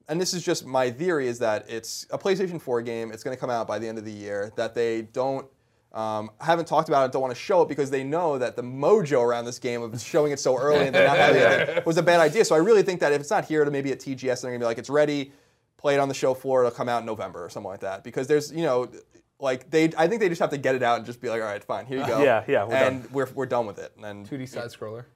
Speaker 2: and this is just my theory, is that it's a PlayStation 4 game. It's going to come out by the end of the year. That they don't um, haven't talked about it, don't want to show it because they know that the mojo around this game of showing it so early and then not having it was a bad idea. So I really think that if it's not here, to maybe at TGS, they're gonna be like, it's ready, play it on the show floor, it'll come out in November or something like that. Because there's, you know, like they, I think they just have to get it out and just be like, all right, fine, here you go.
Speaker 9: Yeah, yeah, we're
Speaker 2: and we're we're done with it. And
Speaker 4: 2D side scroller.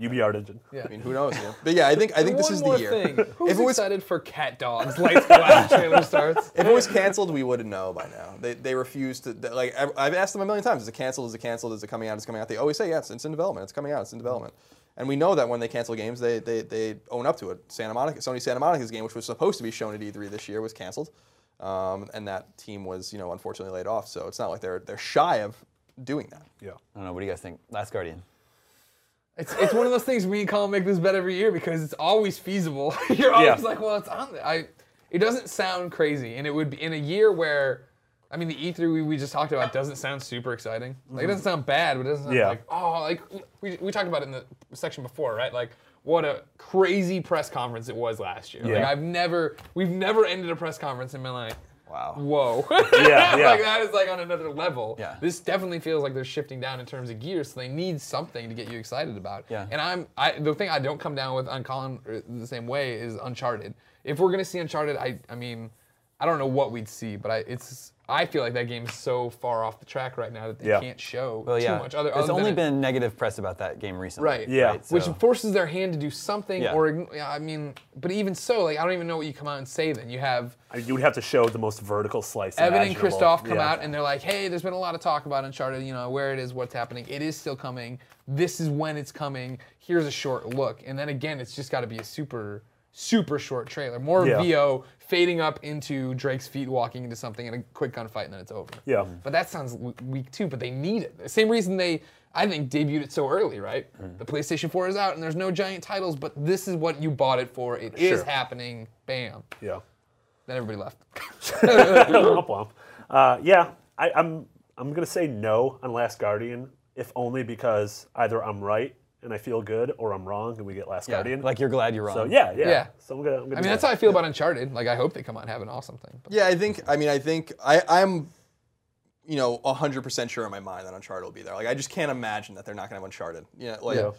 Speaker 9: UBR engine.
Speaker 4: Yeah.
Speaker 2: I mean, who knows? You know? But yeah, I think I think this
Speaker 4: One
Speaker 2: is
Speaker 4: more
Speaker 2: the year.
Speaker 4: Thing. Who's
Speaker 2: If it was
Speaker 4: excited for Cat Dogs? Lights go out. Trailer starts.
Speaker 2: if it was canceled, we would know by now. They, they refuse to they- like. I've- I've asked them a million times: Is it canceled? Is it canceled? Is it coming out? Is it coming out? They always say yes. It's in development. It's coming out. It's in development. And we know that when they cancel games, they, they, they own up to it. Santa Monica, Sony Santa Monica's game, which was supposed to be shown at E3 this year, was canceled, um, and that team was you know unfortunately laid off. So it's not like they're they're shy of doing that.
Speaker 9: Yeah.
Speaker 7: I don't know. What do you guys think? Last Guardian.
Speaker 4: It's, it's one of those things we and Colin make this bet every year because it's always feasible. You're always
Speaker 9: Yeah.
Speaker 4: like, well, it's on. The, I. It doesn't sound crazy, and it would be in a year where, I mean, the E3 we, we just talked about doesn't sound super exciting. Like it doesn't sound bad, but it doesn't sound
Speaker 9: Mm-hmm. Yeah.
Speaker 4: like oh, like we, we talked about it in the section before, right? Like what a crazy press conference it was last year. Like
Speaker 9: Yeah.
Speaker 4: I've never, we've never ended a press conference and been like,
Speaker 7: Wow.
Speaker 4: whoa.
Speaker 9: Yeah, yeah.
Speaker 4: like that is like on another level.
Speaker 7: Yeah.
Speaker 4: This definitely feels like they're shifting down in terms of gears, so they need something to get you excited about.
Speaker 7: Yeah.
Speaker 4: And I'm I the thing I don't come down with on Colin uh, the same way is Uncharted. If we're gonna see Uncharted, I I mean, I don't know what we'd see, but I it's I feel like that game's so far off the track right now that they
Speaker 9: Yeah.
Speaker 4: can't show
Speaker 7: Well, yeah.
Speaker 4: too much other.
Speaker 7: There's
Speaker 4: other than
Speaker 7: only
Speaker 4: it-
Speaker 7: been negative press about that game recently.
Speaker 4: Right.
Speaker 9: Yeah.
Speaker 4: Which
Speaker 7: so-
Speaker 4: forces their hand to do something,
Speaker 7: Yeah.
Speaker 4: or ign- I mean, but even so, like I don't even know what you come out and say. Then you have
Speaker 9: I mean, you would have to show the most vertical slice.
Speaker 4: Evan and
Speaker 9: imaginable.
Speaker 4: Kristoff come
Speaker 9: Yeah.
Speaker 4: out and they're like, hey, there's been a lot of talk about Uncharted, you know, where it is, what's happening. It is still coming. This is when it's coming. Here's a short look. And then again, it's just got to be a super, super short trailer. More
Speaker 9: Yeah.
Speaker 4: VO fading up into Drake's feet walking into something and a quick gunfight and then it's over.
Speaker 9: Yeah. Mm.
Speaker 4: But that sounds w- weak too, but they need it. The same reason they, I think, debuted it so early, right?
Speaker 9: Mm-hmm.
Speaker 4: The PlayStation 4 is out and there's no giant titles, but this is what you bought it for. It is
Speaker 9: Sure.
Speaker 4: happening. Bam.
Speaker 9: Yeah.
Speaker 4: Then everybody left.
Speaker 9: Womp womp. Uh, yeah, I, I'm. I'm gonna say no on Last Guardian, if only because either I'm right and I feel good, or I'm wrong and we get Last
Speaker 7: Yeah,
Speaker 9: Guardian.
Speaker 7: Like you're glad you're wrong.
Speaker 9: So yeah, yeah.
Speaker 4: Yeah.
Speaker 9: So I'm gonna. I'm gonna
Speaker 4: I mean, that's how I feel about Uncharted. Like, I hope they come out and have an awesome thing. But
Speaker 2: Yeah, I think. I mean, I think I, I'm you know, 100% sure in my mind that Uncharted will be there. Like, I just can't imagine that they're not going to have Uncharted. You know, like,
Speaker 4: Yeah.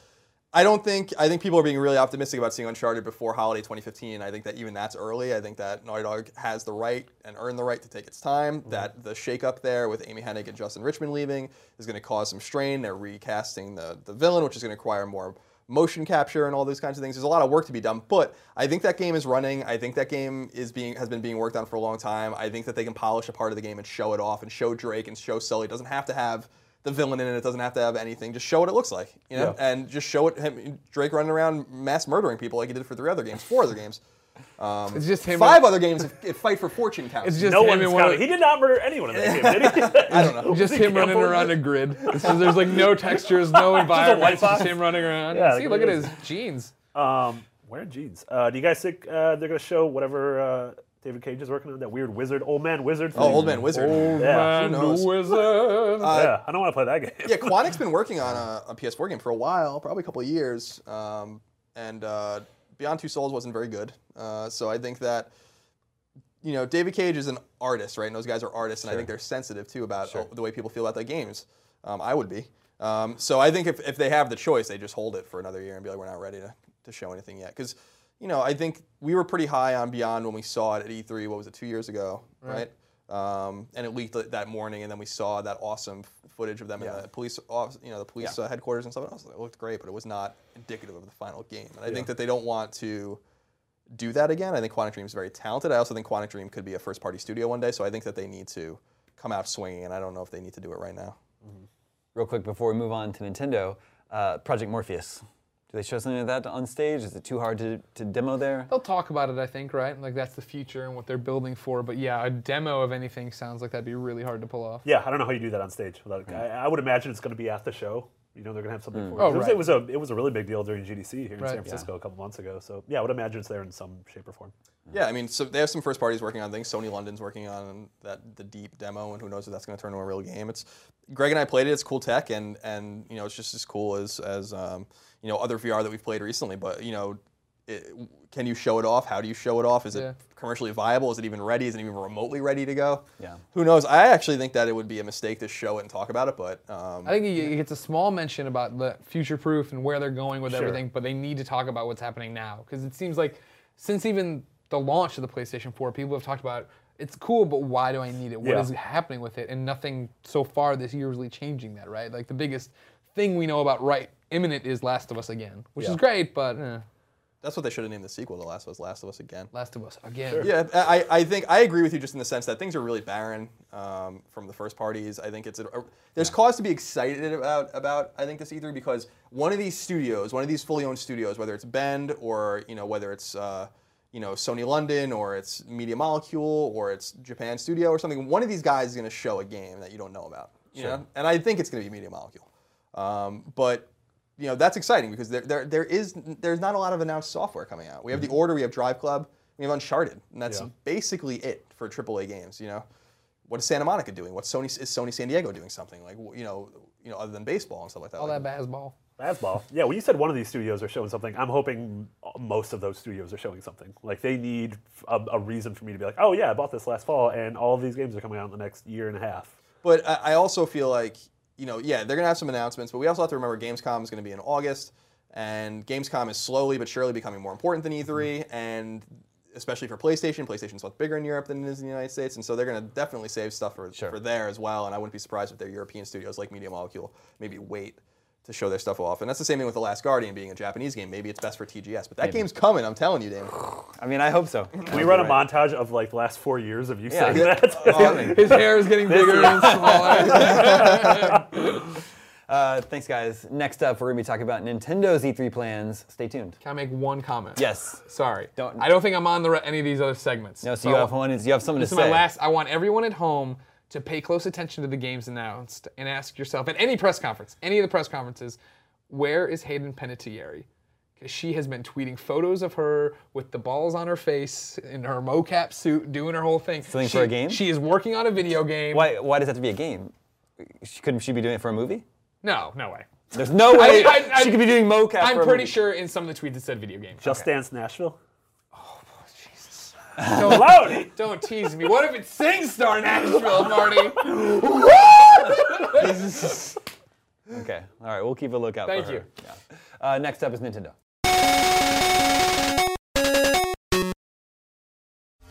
Speaker 2: I don't think, I think people are being really optimistic about seeing Uncharted before holiday 2015. I think that even that's early. I think that Naughty Dog has the right and earned the right to take its time. That the shakeup there with Amy Hennig and Justin Richmond leaving is going to cause some strain. They're recasting the, the villain, which is going to require more motion capture and all those kinds of things. There's a lot of work to be done, but I think that game is running. I think that game is being has been being worked on for a long time. I think that they can polish a part of the game and show it off and show Drake and show Sully. It doesn't have to have the villain in it. It doesn't have to have anything. Just show what it looks like, you know, and just show it him Drake running around mass murdering people like he did for three other games, four other games. Um,
Speaker 4: It's just him-
Speaker 2: Five other games if, if Fight for Fortune counts.
Speaker 4: It's just
Speaker 9: No
Speaker 4: him
Speaker 9: one's
Speaker 4: in one of-
Speaker 9: counting. He did not murder anyone in that game, did he? I don't
Speaker 4: just him running around a grid. It's just- there's like no textures, no environment. It's just
Speaker 9: box.
Speaker 4: him running around.
Speaker 9: Yeah,
Speaker 4: See,
Speaker 9: it
Speaker 4: look at his
Speaker 9: is.
Speaker 4: jeans.
Speaker 9: Um, wearing jeans. Uh, do you guys think uh, they're gonna show whatever uh, David Cage is working on? That weird wizard, old man wizard.
Speaker 2: oh,
Speaker 9: thing?
Speaker 2: Old Man Wizard.
Speaker 9: Yeah.
Speaker 4: Man
Speaker 2: knows?
Speaker 4: wizard.
Speaker 9: yeah, I don't want to play that game.
Speaker 2: yeah, Quantic's been working on a, a PS4 game for a while, probably a couple of years, um, and uh, Beyond Two Souls wasn't very good. Uh, so I think that you know David Cage is an artist, right? And those guys are artists, and I think they're sensitive too about uh, the way people feel about their games. Um, I would be. Um, so I think if, if they have the choice, they just hold it for another year and be like, we're not ready to, to show anything yet. Because you know I think we were pretty high on Beyond when we saw it at E3. What was it? Two years ago, right? Um, and it leaked th- that morning, and then we saw that awesome f- footage of them in the police, office, you know, the police uh, headquarters and stuff. And I was like, it looked great, but it was not indicative of the final game. And I think that they don't want to do that again. I think Quantic Dream is very talented. I also think Quantic Dream could be a first party studio one day, so I think that they need to come out swinging, and I don't know if they need to do it right now.
Speaker 7: Real quick before we move on to Nintendo, uh, Project Morpheus. Do they show something of that on stage? Is it too hard to, to demo there?
Speaker 4: They'll talk about it, I think, right? Like that's the future and what they're building for. But yeah, a demo of anything sounds like that'd be really hard to pull off.
Speaker 9: Yeah, I don't know how you do that on stage. Without, I, I would imagine it's gonna be at the show. You know, they're gonna have something for
Speaker 4: Oh,
Speaker 9: it. It was,
Speaker 4: right.
Speaker 9: it was a it was a really big deal during GDC here in
Speaker 4: Right.
Speaker 9: San Francisco a couple months ago. So yeah, I would imagine it's there in some shape or form.
Speaker 2: Yeah, I mean, so they have some first parties working on things. Sony London's working on that the deep demo, and who knows if that's going to turn into a real game. It's Greg and I played it. It's cool tech, and and you know, it's just as cool as as um, you know other VR that we've played recently. But you know, it, can you show it off? How do you show it off? Is
Speaker 4: Yeah.
Speaker 2: it commercially viable? Is it even ready? Is it even remotely ready to go?
Speaker 7: Yeah.
Speaker 2: Who knows? I actually think that it would be a mistake to show it and talk about it, but um,
Speaker 4: I think it it gets a small mention about the future proof and where they're going with everything, but they need to talk about what's happening now because it seems like since even the launch of the PlayStation 4, people have talked about it's cool, but why do I need it? What
Speaker 9: Yeah.
Speaker 4: is happening with it? And nothing so far this year is really changing that, right? Like the biggest thing we know about right imminent is Last of Us again, which is great, but eh,
Speaker 2: that's what they should have named the sequel. The Last of Us, Last of Us again.
Speaker 4: Last of Us again.
Speaker 2: Yeah, I, I think I agree with you just in the sense that things are really barren um, from the first parties. I think it's a, there's cause to be excited about about I think this E3 because one of these studios, one of these fully owned studios, whether it's Bend or you know whether it's uh, you know Sony London or it's Media Molecule or it's Japan Studio or something, one of these guys is going to show a game that you don't know about. You know? and I think it's going to be Media Molecule, um, but you know that's exciting because there, there there is there's not a lot of announced software coming out. We have the Order, we have Drive Club, we have Uncharted, and that's
Speaker 9: Yeah.
Speaker 2: basically it for AAA games. You know, what is Santa Monica doing? What Sony is Sony San Diego doing something like wh- you know you know other than baseball and stuff like that.
Speaker 4: All
Speaker 2: Like,
Speaker 4: that basball.
Speaker 9: Baseball. Oh, Yeah, well, you said one of these studios are showing something. I'm hoping most of those studios are showing something. Like they need a, a reason for me to be like, oh yeah, I bought this last fall, and all of these games are coming out in the next year and a half.
Speaker 2: But I, I also feel like, you know, yeah, they're going to have some announcements, but we also have to remember Gamescom is going to be in August, and Gamescom is slowly but surely becoming more important than E3,
Speaker 7: Mm-hmm.
Speaker 2: and especially for PlayStation, PlayStation's much bigger in Europe than it is in the United States, and so they're going to definitely save stuff for, for there as well, and I wouldn't be surprised if their European studios like Media Molecule maybe wait to show their stuff off. And that's the same thing with The Last Guardian being a Japanese game. Maybe it's best for TGS, but that game's coming, I'm telling you, Damon.
Speaker 7: I mean, I hope so.
Speaker 9: Can we run a montage of like the last four years of you
Speaker 7: Yeah.
Speaker 9: saying that?
Speaker 4: His hair is getting bigger and smaller.
Speaker 7: Uh, thanks, guys. Next up, we're going to be talking about Nintendo's E3 plans. Stay tuned.
Speaker 4: Can I make one comment?
Speaker 7: Yes.
Speaker 4: Sorry.
Speaker 7: Don't-
Speaker 4: I don't think I'm on the re- any of these other segments.
Speaker 7: No, so you have one. You have something
Speaker 4: This
Speaker 7: to
Speaker 4: is
Speaker 7: say.
Speaker 4: my last. I want everyone at home to pay close attention to the games announced and ask yourself at any press conference, any of the press conferences, where is Hayden Penitieri? Because she has been tweeting photos of her with the balls on her face in her mocap suit, doing her whole thing.
Speaker 7: Something
Speaker 4: She-
Speaker 7: for a game?
Speaker 4: She is working on a video game.
Speaker 7: Why? Why does it have to be a game? She, couldn't she be doing it for a movie?
Speaker 4: No, no way.
Speaker 7: There's no way
Speaker 4: I- I-
Speaker 7: she could be doing mocap.
Speaker 4: I'm
Speaker 7: for a
Speaker 4: pretty
Speaker 7: movie.
Speaker 4: sure in some of the tweets it said video game.
Speaker 9: Just Dance Nashville.
Speaker 4: Don't,
Speaker 10: Cloudy.
Speaker 4: don't tease me. What if it's SingStar Nashville, Marty?
Speaker 7: Okay. All right. We'll keep a lookout.
Speaker 4: Thank
Speaker 7: for
Speaker 4: you.
Speaker 7: her. Yeah. Uh, next up is Nintendo.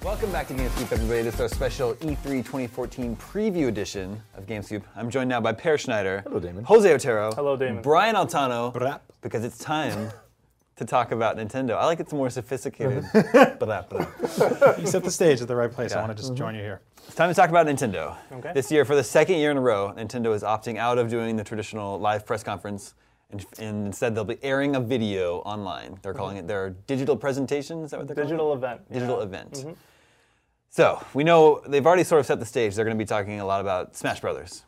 Speaker 7: Welcome back to GameScoop, everybody. This is our special E E3 2014 preview edition of GameScoop. I'm joined now by Per Schneider. Hello,
Speaker 11: Damon.
Speaker 7: Jose Otero.
Speaker 12: Hello, Damon.
Speaker 7: Brian Altano. Because it's time to talk about Nintendo. I like it's more sophisticated. brap, brap.
Speaker 8: You set the stage at the right place. I want to
Speaker 7: Mm-hmm.
Speaker 8: just join you here.
Speaker 7: It's time to talk about Nintendo.
Speaker 12: Okay.
Speaker 7: This year, for the second year in a row, Nintendo is opting out of doing the traditional live press conference, and, and instead they'll be airing a video online. They're calling it their digital presentation. Is that what they're
Speaker 12: Mm-hmm. Digital
Speaker 7: calling it?
Speaker 12: event, Mm-hmm.
Speaker 7: Digital
Speaker 12: yeah.
Speaker 7: event. So we know they've already sort of set the stage. They're going to be talking a lot about Smash Brothers,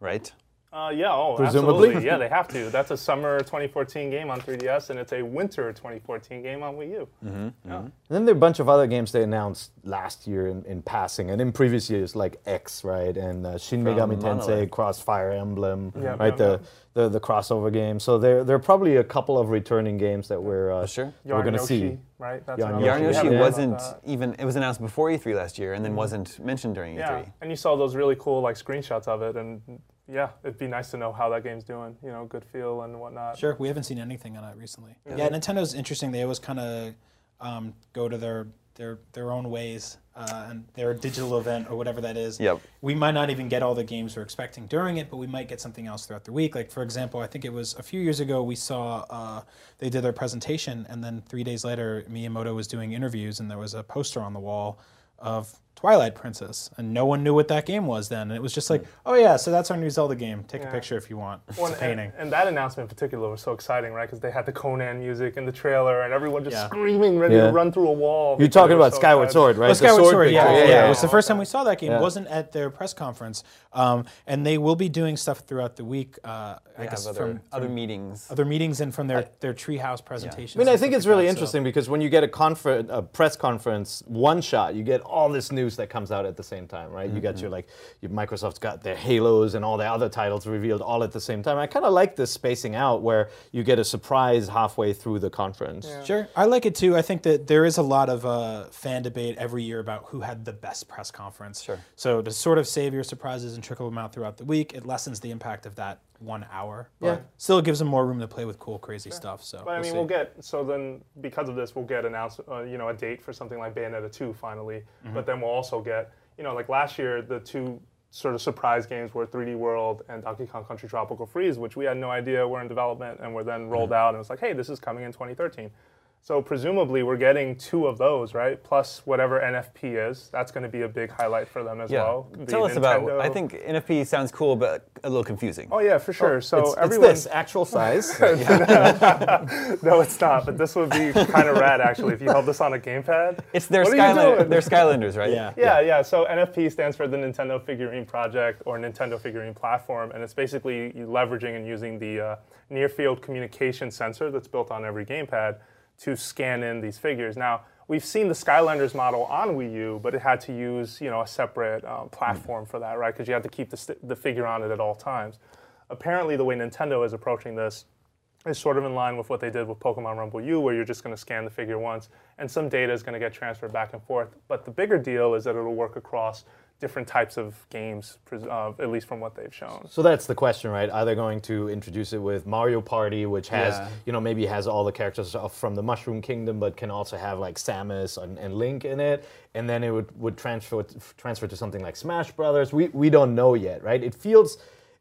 Speaker 7: right?
Speaker 12: Uh, yeah, oh,
Speaker 11: Presumably.
Speaker 12: absolutely. Yeah, they have to. That's a summer 2014 game on 3DS, and it's a winter 2014 game on Wii U.
Speaker 7: Mm-hmm,
Speaker 3: And then there are a bunch of other games they announced last year in, in passing and in previous years, like X, right? And uh, Shin Megami Tensei,
Speaker 7: Monolith.
Speaker 3: Crossfire Emblem,
Speaker 12: Yeah,
Speaker 3: right?
Speaker 12: yeah,
Speaker 3: the, the the crossover game. So there, there are probably a couple of returning games that we're uh,
Speaker 7: sure.
Speaker 3: we're going to see.
Speaker 12: Yarn-Yoshi, right? That's
Speaker 3: Yarn
Speaker 12: another-
Speaker 3: Yoshi.
Speaker 7: Yarn
Speaker 12: we
Speaker 3: Yarn-Yoshi
Speaker 7: Yoshi
Speaker 12: haven't talked
Speaker 7: wasn't
Speaker 12: about that. Mm-hmm.
Speaker 7: even. It was announced before E3 last year, and then wasn't mentioned during E E3.
Speaker 12: Yeah, and you saw those really cool like screenshots of it, and yeah, it'd be nice to know how that game's doing. You know, good feel and whatnot.
Speaker 8: Sure, we haven't seen anything on it recently. Yeah, Nintendo's interesting. They always kind of um, go to their their their own ways uh, and their digital event or whatever that is.
Speaker 7: Yep.
Speaker 8: We might not even get all the games we're expecting during it, but we might get something else throughout the week. Like for example, I think it was a few years ago we saw uh, they did their presentation, and then three days later Miyamoto was doing interviews, and there was a poster on the wall of. Twilight Princess, and no one knew what that game was then. And it was just like, oh yeah, so that's our new Zelda game. Take a picture if you want. It's
Speaker 12: Well,
Speaker 8: a painting.
Speaker 12: And, and that announcement in particular was so exciting, right? Because they had the Conan music in the trailer, and everyone just
Speaker 8: Yeah.
Speaker 12: screaming, ready
Speaker 3: Yeah.
Speaker 12: to run through a wall.
Speaker 3: You're
Speaker 12: because they
Speaker 3: talking
Speaker 12: were
Speaker 3: about
Speaker 12: so
Speaker 3: Skyward
Speaker 12: excited.
Speaker 3: Sword, right?
Speaker 8: Oh,
Speaker 3: The
Speaker 8: Skyward Sword,
Speaker 3: picture.
Speaker 8: yeah, yeah,
Speaker 12: yeah.
Speaker 8: It was the
Speaker 12: Oh,
Speaker 8: first
Speaker 12: okay.
Speaker 8: time we saw that game. It wasn't at their press conference, um, and they will be doing stuff throughout the week. Uh, I
Speaker 7: Have
Speaker 8: guess
Speaker 7: other,
Speaker 8: from
Speaker 7: other meetings.
Speaker 8: other meetings and from their their treehouse presentations.
Speaker 3: I mean, I
Speaker 8: and
Speaker 3: think
Speaker 8: stuff
Speaker 3: it's
Speaker 8: like
Speaker 3: really
Speaker 8: that, so-
Speaker 3: interesting because when you get a, confer- a press conference one shot, you get all this news that comes out at the same time, right? You
Speaker 8: Mm-hmm.
Speaker 3: got your like, your Microsoft's got their Halos and all the other titles revealed all at the same time. I kind of like this spacing out where you get a surprise halfway through the conference.
Speaker 8: Sure, I like it too. I think that there is a lot of uh, fan debate every year about who had the best press conference. Sure. So to sort of save your surprises and trickle them out throughout the week, it lessens the impact of that one hour. But
Speaker 3: Yeah.
Speaker 8: Still gives them more room to play with cool, crazy stuff. So.
Speaker 12: But I mean,
Speaker 8: see.
Speaker 12: we'll get so then because of this, we'll get announced, uh, you know, a date for something like Bayonetta 2 finally.
Speaker 7: Mm-hmm.
Speaker 12: But then we'll also get, you know, like last year, the two sort of surprise games were 3D World and Donkey Kong Country Tropical Freeze, which we had no idea were in development and were then
Speaker 7: Mm-hmm.
Speaker 12: rolled out, and it was like, hey, this is coming in 2013. So presumably we're getting two of those, right? Plus whatever NFP is, that's going to be a big highlight for them as well. The
Speaker 7: Tell us about.
Speaker 12: Nintendo-
Speaker 7: I think NFP sounds cool, but a little confusing.
Speaker 12: Oh yeah, for sure. so
Speaker 3: It's, it's
Speaker 12: everyone,
Speaker 3: this actual size.
Speaker 12: no, it's not. But this would be kind of rad actually if you held this on a gamepad.
Speaker 7: It's their
Speaker 12: What are you
Speaker 7: Skyland-
Speaker 12: doing?
Speaker 7: They're Skylanders, right?
Speaker 8: Yeah.
Speaker 12: Yeah, yeah. So NFP stands for the Nintendo Figurine Project or Nintendo Figurine Platform, and it's basically you leveraging and using the uh, near field communication sensor that's built on every gamepad to scan in these figures. Now, we've seen the Skylanders model on Wii U, but it had to use you know a separate um, platform for that, right? Because you had to keep the, st- the figure on it at all times. Apparently, the way Nintendo is approaching this is sort of in line with what they did with Pokemon Rumble U, where you're just going to scan the figure once, and some data is going to get transferred back and forth. But the bigger deal is that it'll work across different types of games, pres- uh, at least from what they've shown.
Speaker 3: So that's the question, right? Are they going to introduce it with Mario Party, which has,
Speaker 7: Yeah.
Speaker 3: you know, maybe has all the characters of- from the Mushroom Kingdom, but can also have like Samus and, and Link in it, and then it would, would transfer transfer to something like Smash Brothers? We we don't know yet, right? It feels,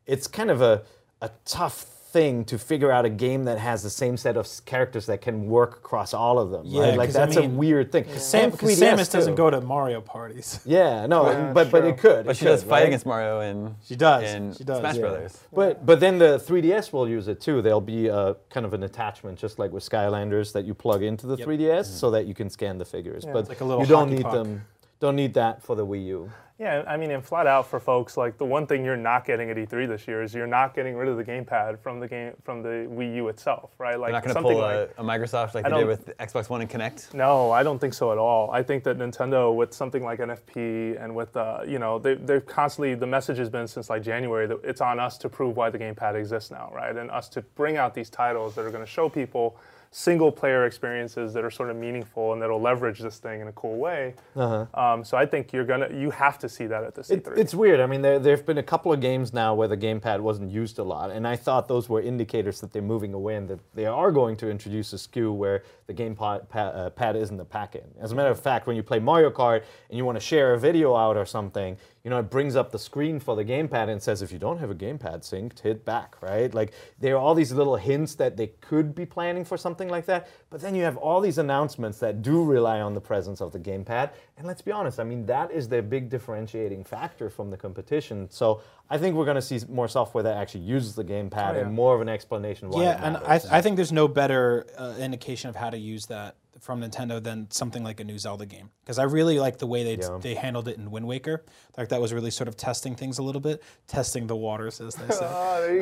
Speaker 3: it's kind of a a tough thing to figure out a game that has the same set of s- characters that can work across all of them,
Speaker 8: Yeah,
Speaker 3: right? Like
Speaker 8: 'cause I
Speaker 3: that's
Speaker 8: mean,
Speaker 3: a weird thing.
Speaker 8: Sam,
Speaker 3: And
Speaker 8: 'cause
Speaker 3: 3DS
Speaker 8: Samus doesn't
Speaker 3: too.
Speaker 8: go to Mario parties.
Speaker 3: Yeah, no, but but it could.
Speaker 7: But
Speaker 3: it
Speaker 7: she does
Speaker 3: could,
Speaker 7: fight
Speaker 3: right?
Speaker 7: against Mario and she
Speaker 8: does,
Speaker 7: in
Speaker 8: she does,
Speaker 7: Smash
Speaker 8: yeah.
Speaker 7: Brothers.
Speaker 3: But but then the 3DS will use it too. There'll be a kind of an attachment, just like with Skylanders, that you plug into the 3DS so that you can scan the figures. But
Speaker 8: Mm-hmm. like a little
Speaker 3: you don't
Speaker 8: hockey
Speaker 3: need
Speaker 8: puck.
Speaker 3: them. Don't need that for the Wii U.
Speaker 12: Yeah, I mean, and flat out for folks, like the one thing you're not getting at E3 this year is you're not getting rid of the gamepad from the game from the Wii U itself, right? Like
Speaker 7: They're not going to
Speaker 12: something
Speaker 7: pull
Speaker 12: like
Speaker 7: a, a Microsoft like
Speaker 12: I
Speaker 7: they did
Speaker 12: don't-
Speaker 7: with Xbox One and Connect.
Speaker 12: No, I don't think so at all. I think that Nintendo, with something like NFP and with, uh, you know, they, they've constantly, the message has been since like January that it's on us to prove why the gamepad exists now, right? And us to bring out these titles that are going to show people, single player experiences that are sort of meaningful and that'll leverage this thing in a cool way.
Speaker 3: Uh-huh.
Speaker 12: Um, so I think you're gonna you have to see that at this
Speaker 3: It, it's weird. I mean, there there have been a couple of games now where the gamepad wasn't used a lot, and I thought those were indicators that they're moving away and that they are going to introduce a SKU where the gamepad pa- uh, pad isn't the pack-in. As a matter of fact, when you play Mario Kart and you want to share a video out or something, you know, it brings up the screen for the gamepad and says, if you don't have a gamepad synced, hit back, right? Like there are all these little hints that they could be planning for something like that, but then you have all these announcements that do rely on the presence of the gamepad. And let's be honest, I mean, that is their big differentiating factor from the competition. So I think we're going to see more software that actually uses the gamepad
Speaker 8: Oh, yeah.
Speaker 3: and more of an explanation why. it
Speaker 8: yeah, and I,
Speaker 3: matters.
Speaker 8: I think there's no better uh, indication of how to use that from Nintendo than something like a new Zelda game because I really like the way they
Speaker 3: Yeah.
Speaker 8: they handled it in Wind Waker. Like that was really sort of testing things a little bit, testing the waters as they say.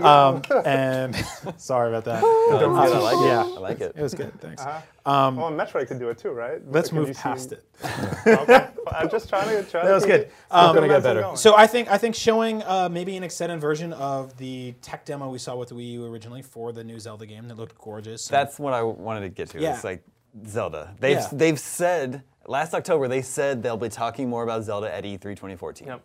Speaker 3: Ah,
Speaker 8: Um, and sorry about that.
Speaker 12: Don't forget, I
Speaker 8: Um,
Speaker 12: like it.
Speaker 8: Yeah,
Speaker 12: I like it.
Speaker 8: It was good. Thanks.
Speaker 3: Uh-huh.
Speaker 12: Um, well, and Metroid can do it too, right?
Speaker 8: Let's
Speaker 12: Can you
Speaker 8: move
Speaker 12: see-
Speaker 8: past it.
Speaker 12: okay. I'm just trying to try.
Speaker 8: That
Speaker 12: to
Speaker 8: was
Speaker 12: keep-
Speaker 8: good. Um,
Speaker 12: keep the momentum going.
Speaker 8: So I think I think showing uh, maybe an extended version of the tech demo we saw with the Wii U originally for the new Zelda game that looked gorgeous.
Speaker 7: That's what I wanted to get to.
Speaker 8: Yeah.
Speaker 7: It's like Zelda. They've
Speaker 8: Yeah.
Speaker 7: they've said last October they said they'll be talking more about Zelda at E E3 2014.
Speaker 12: Yep.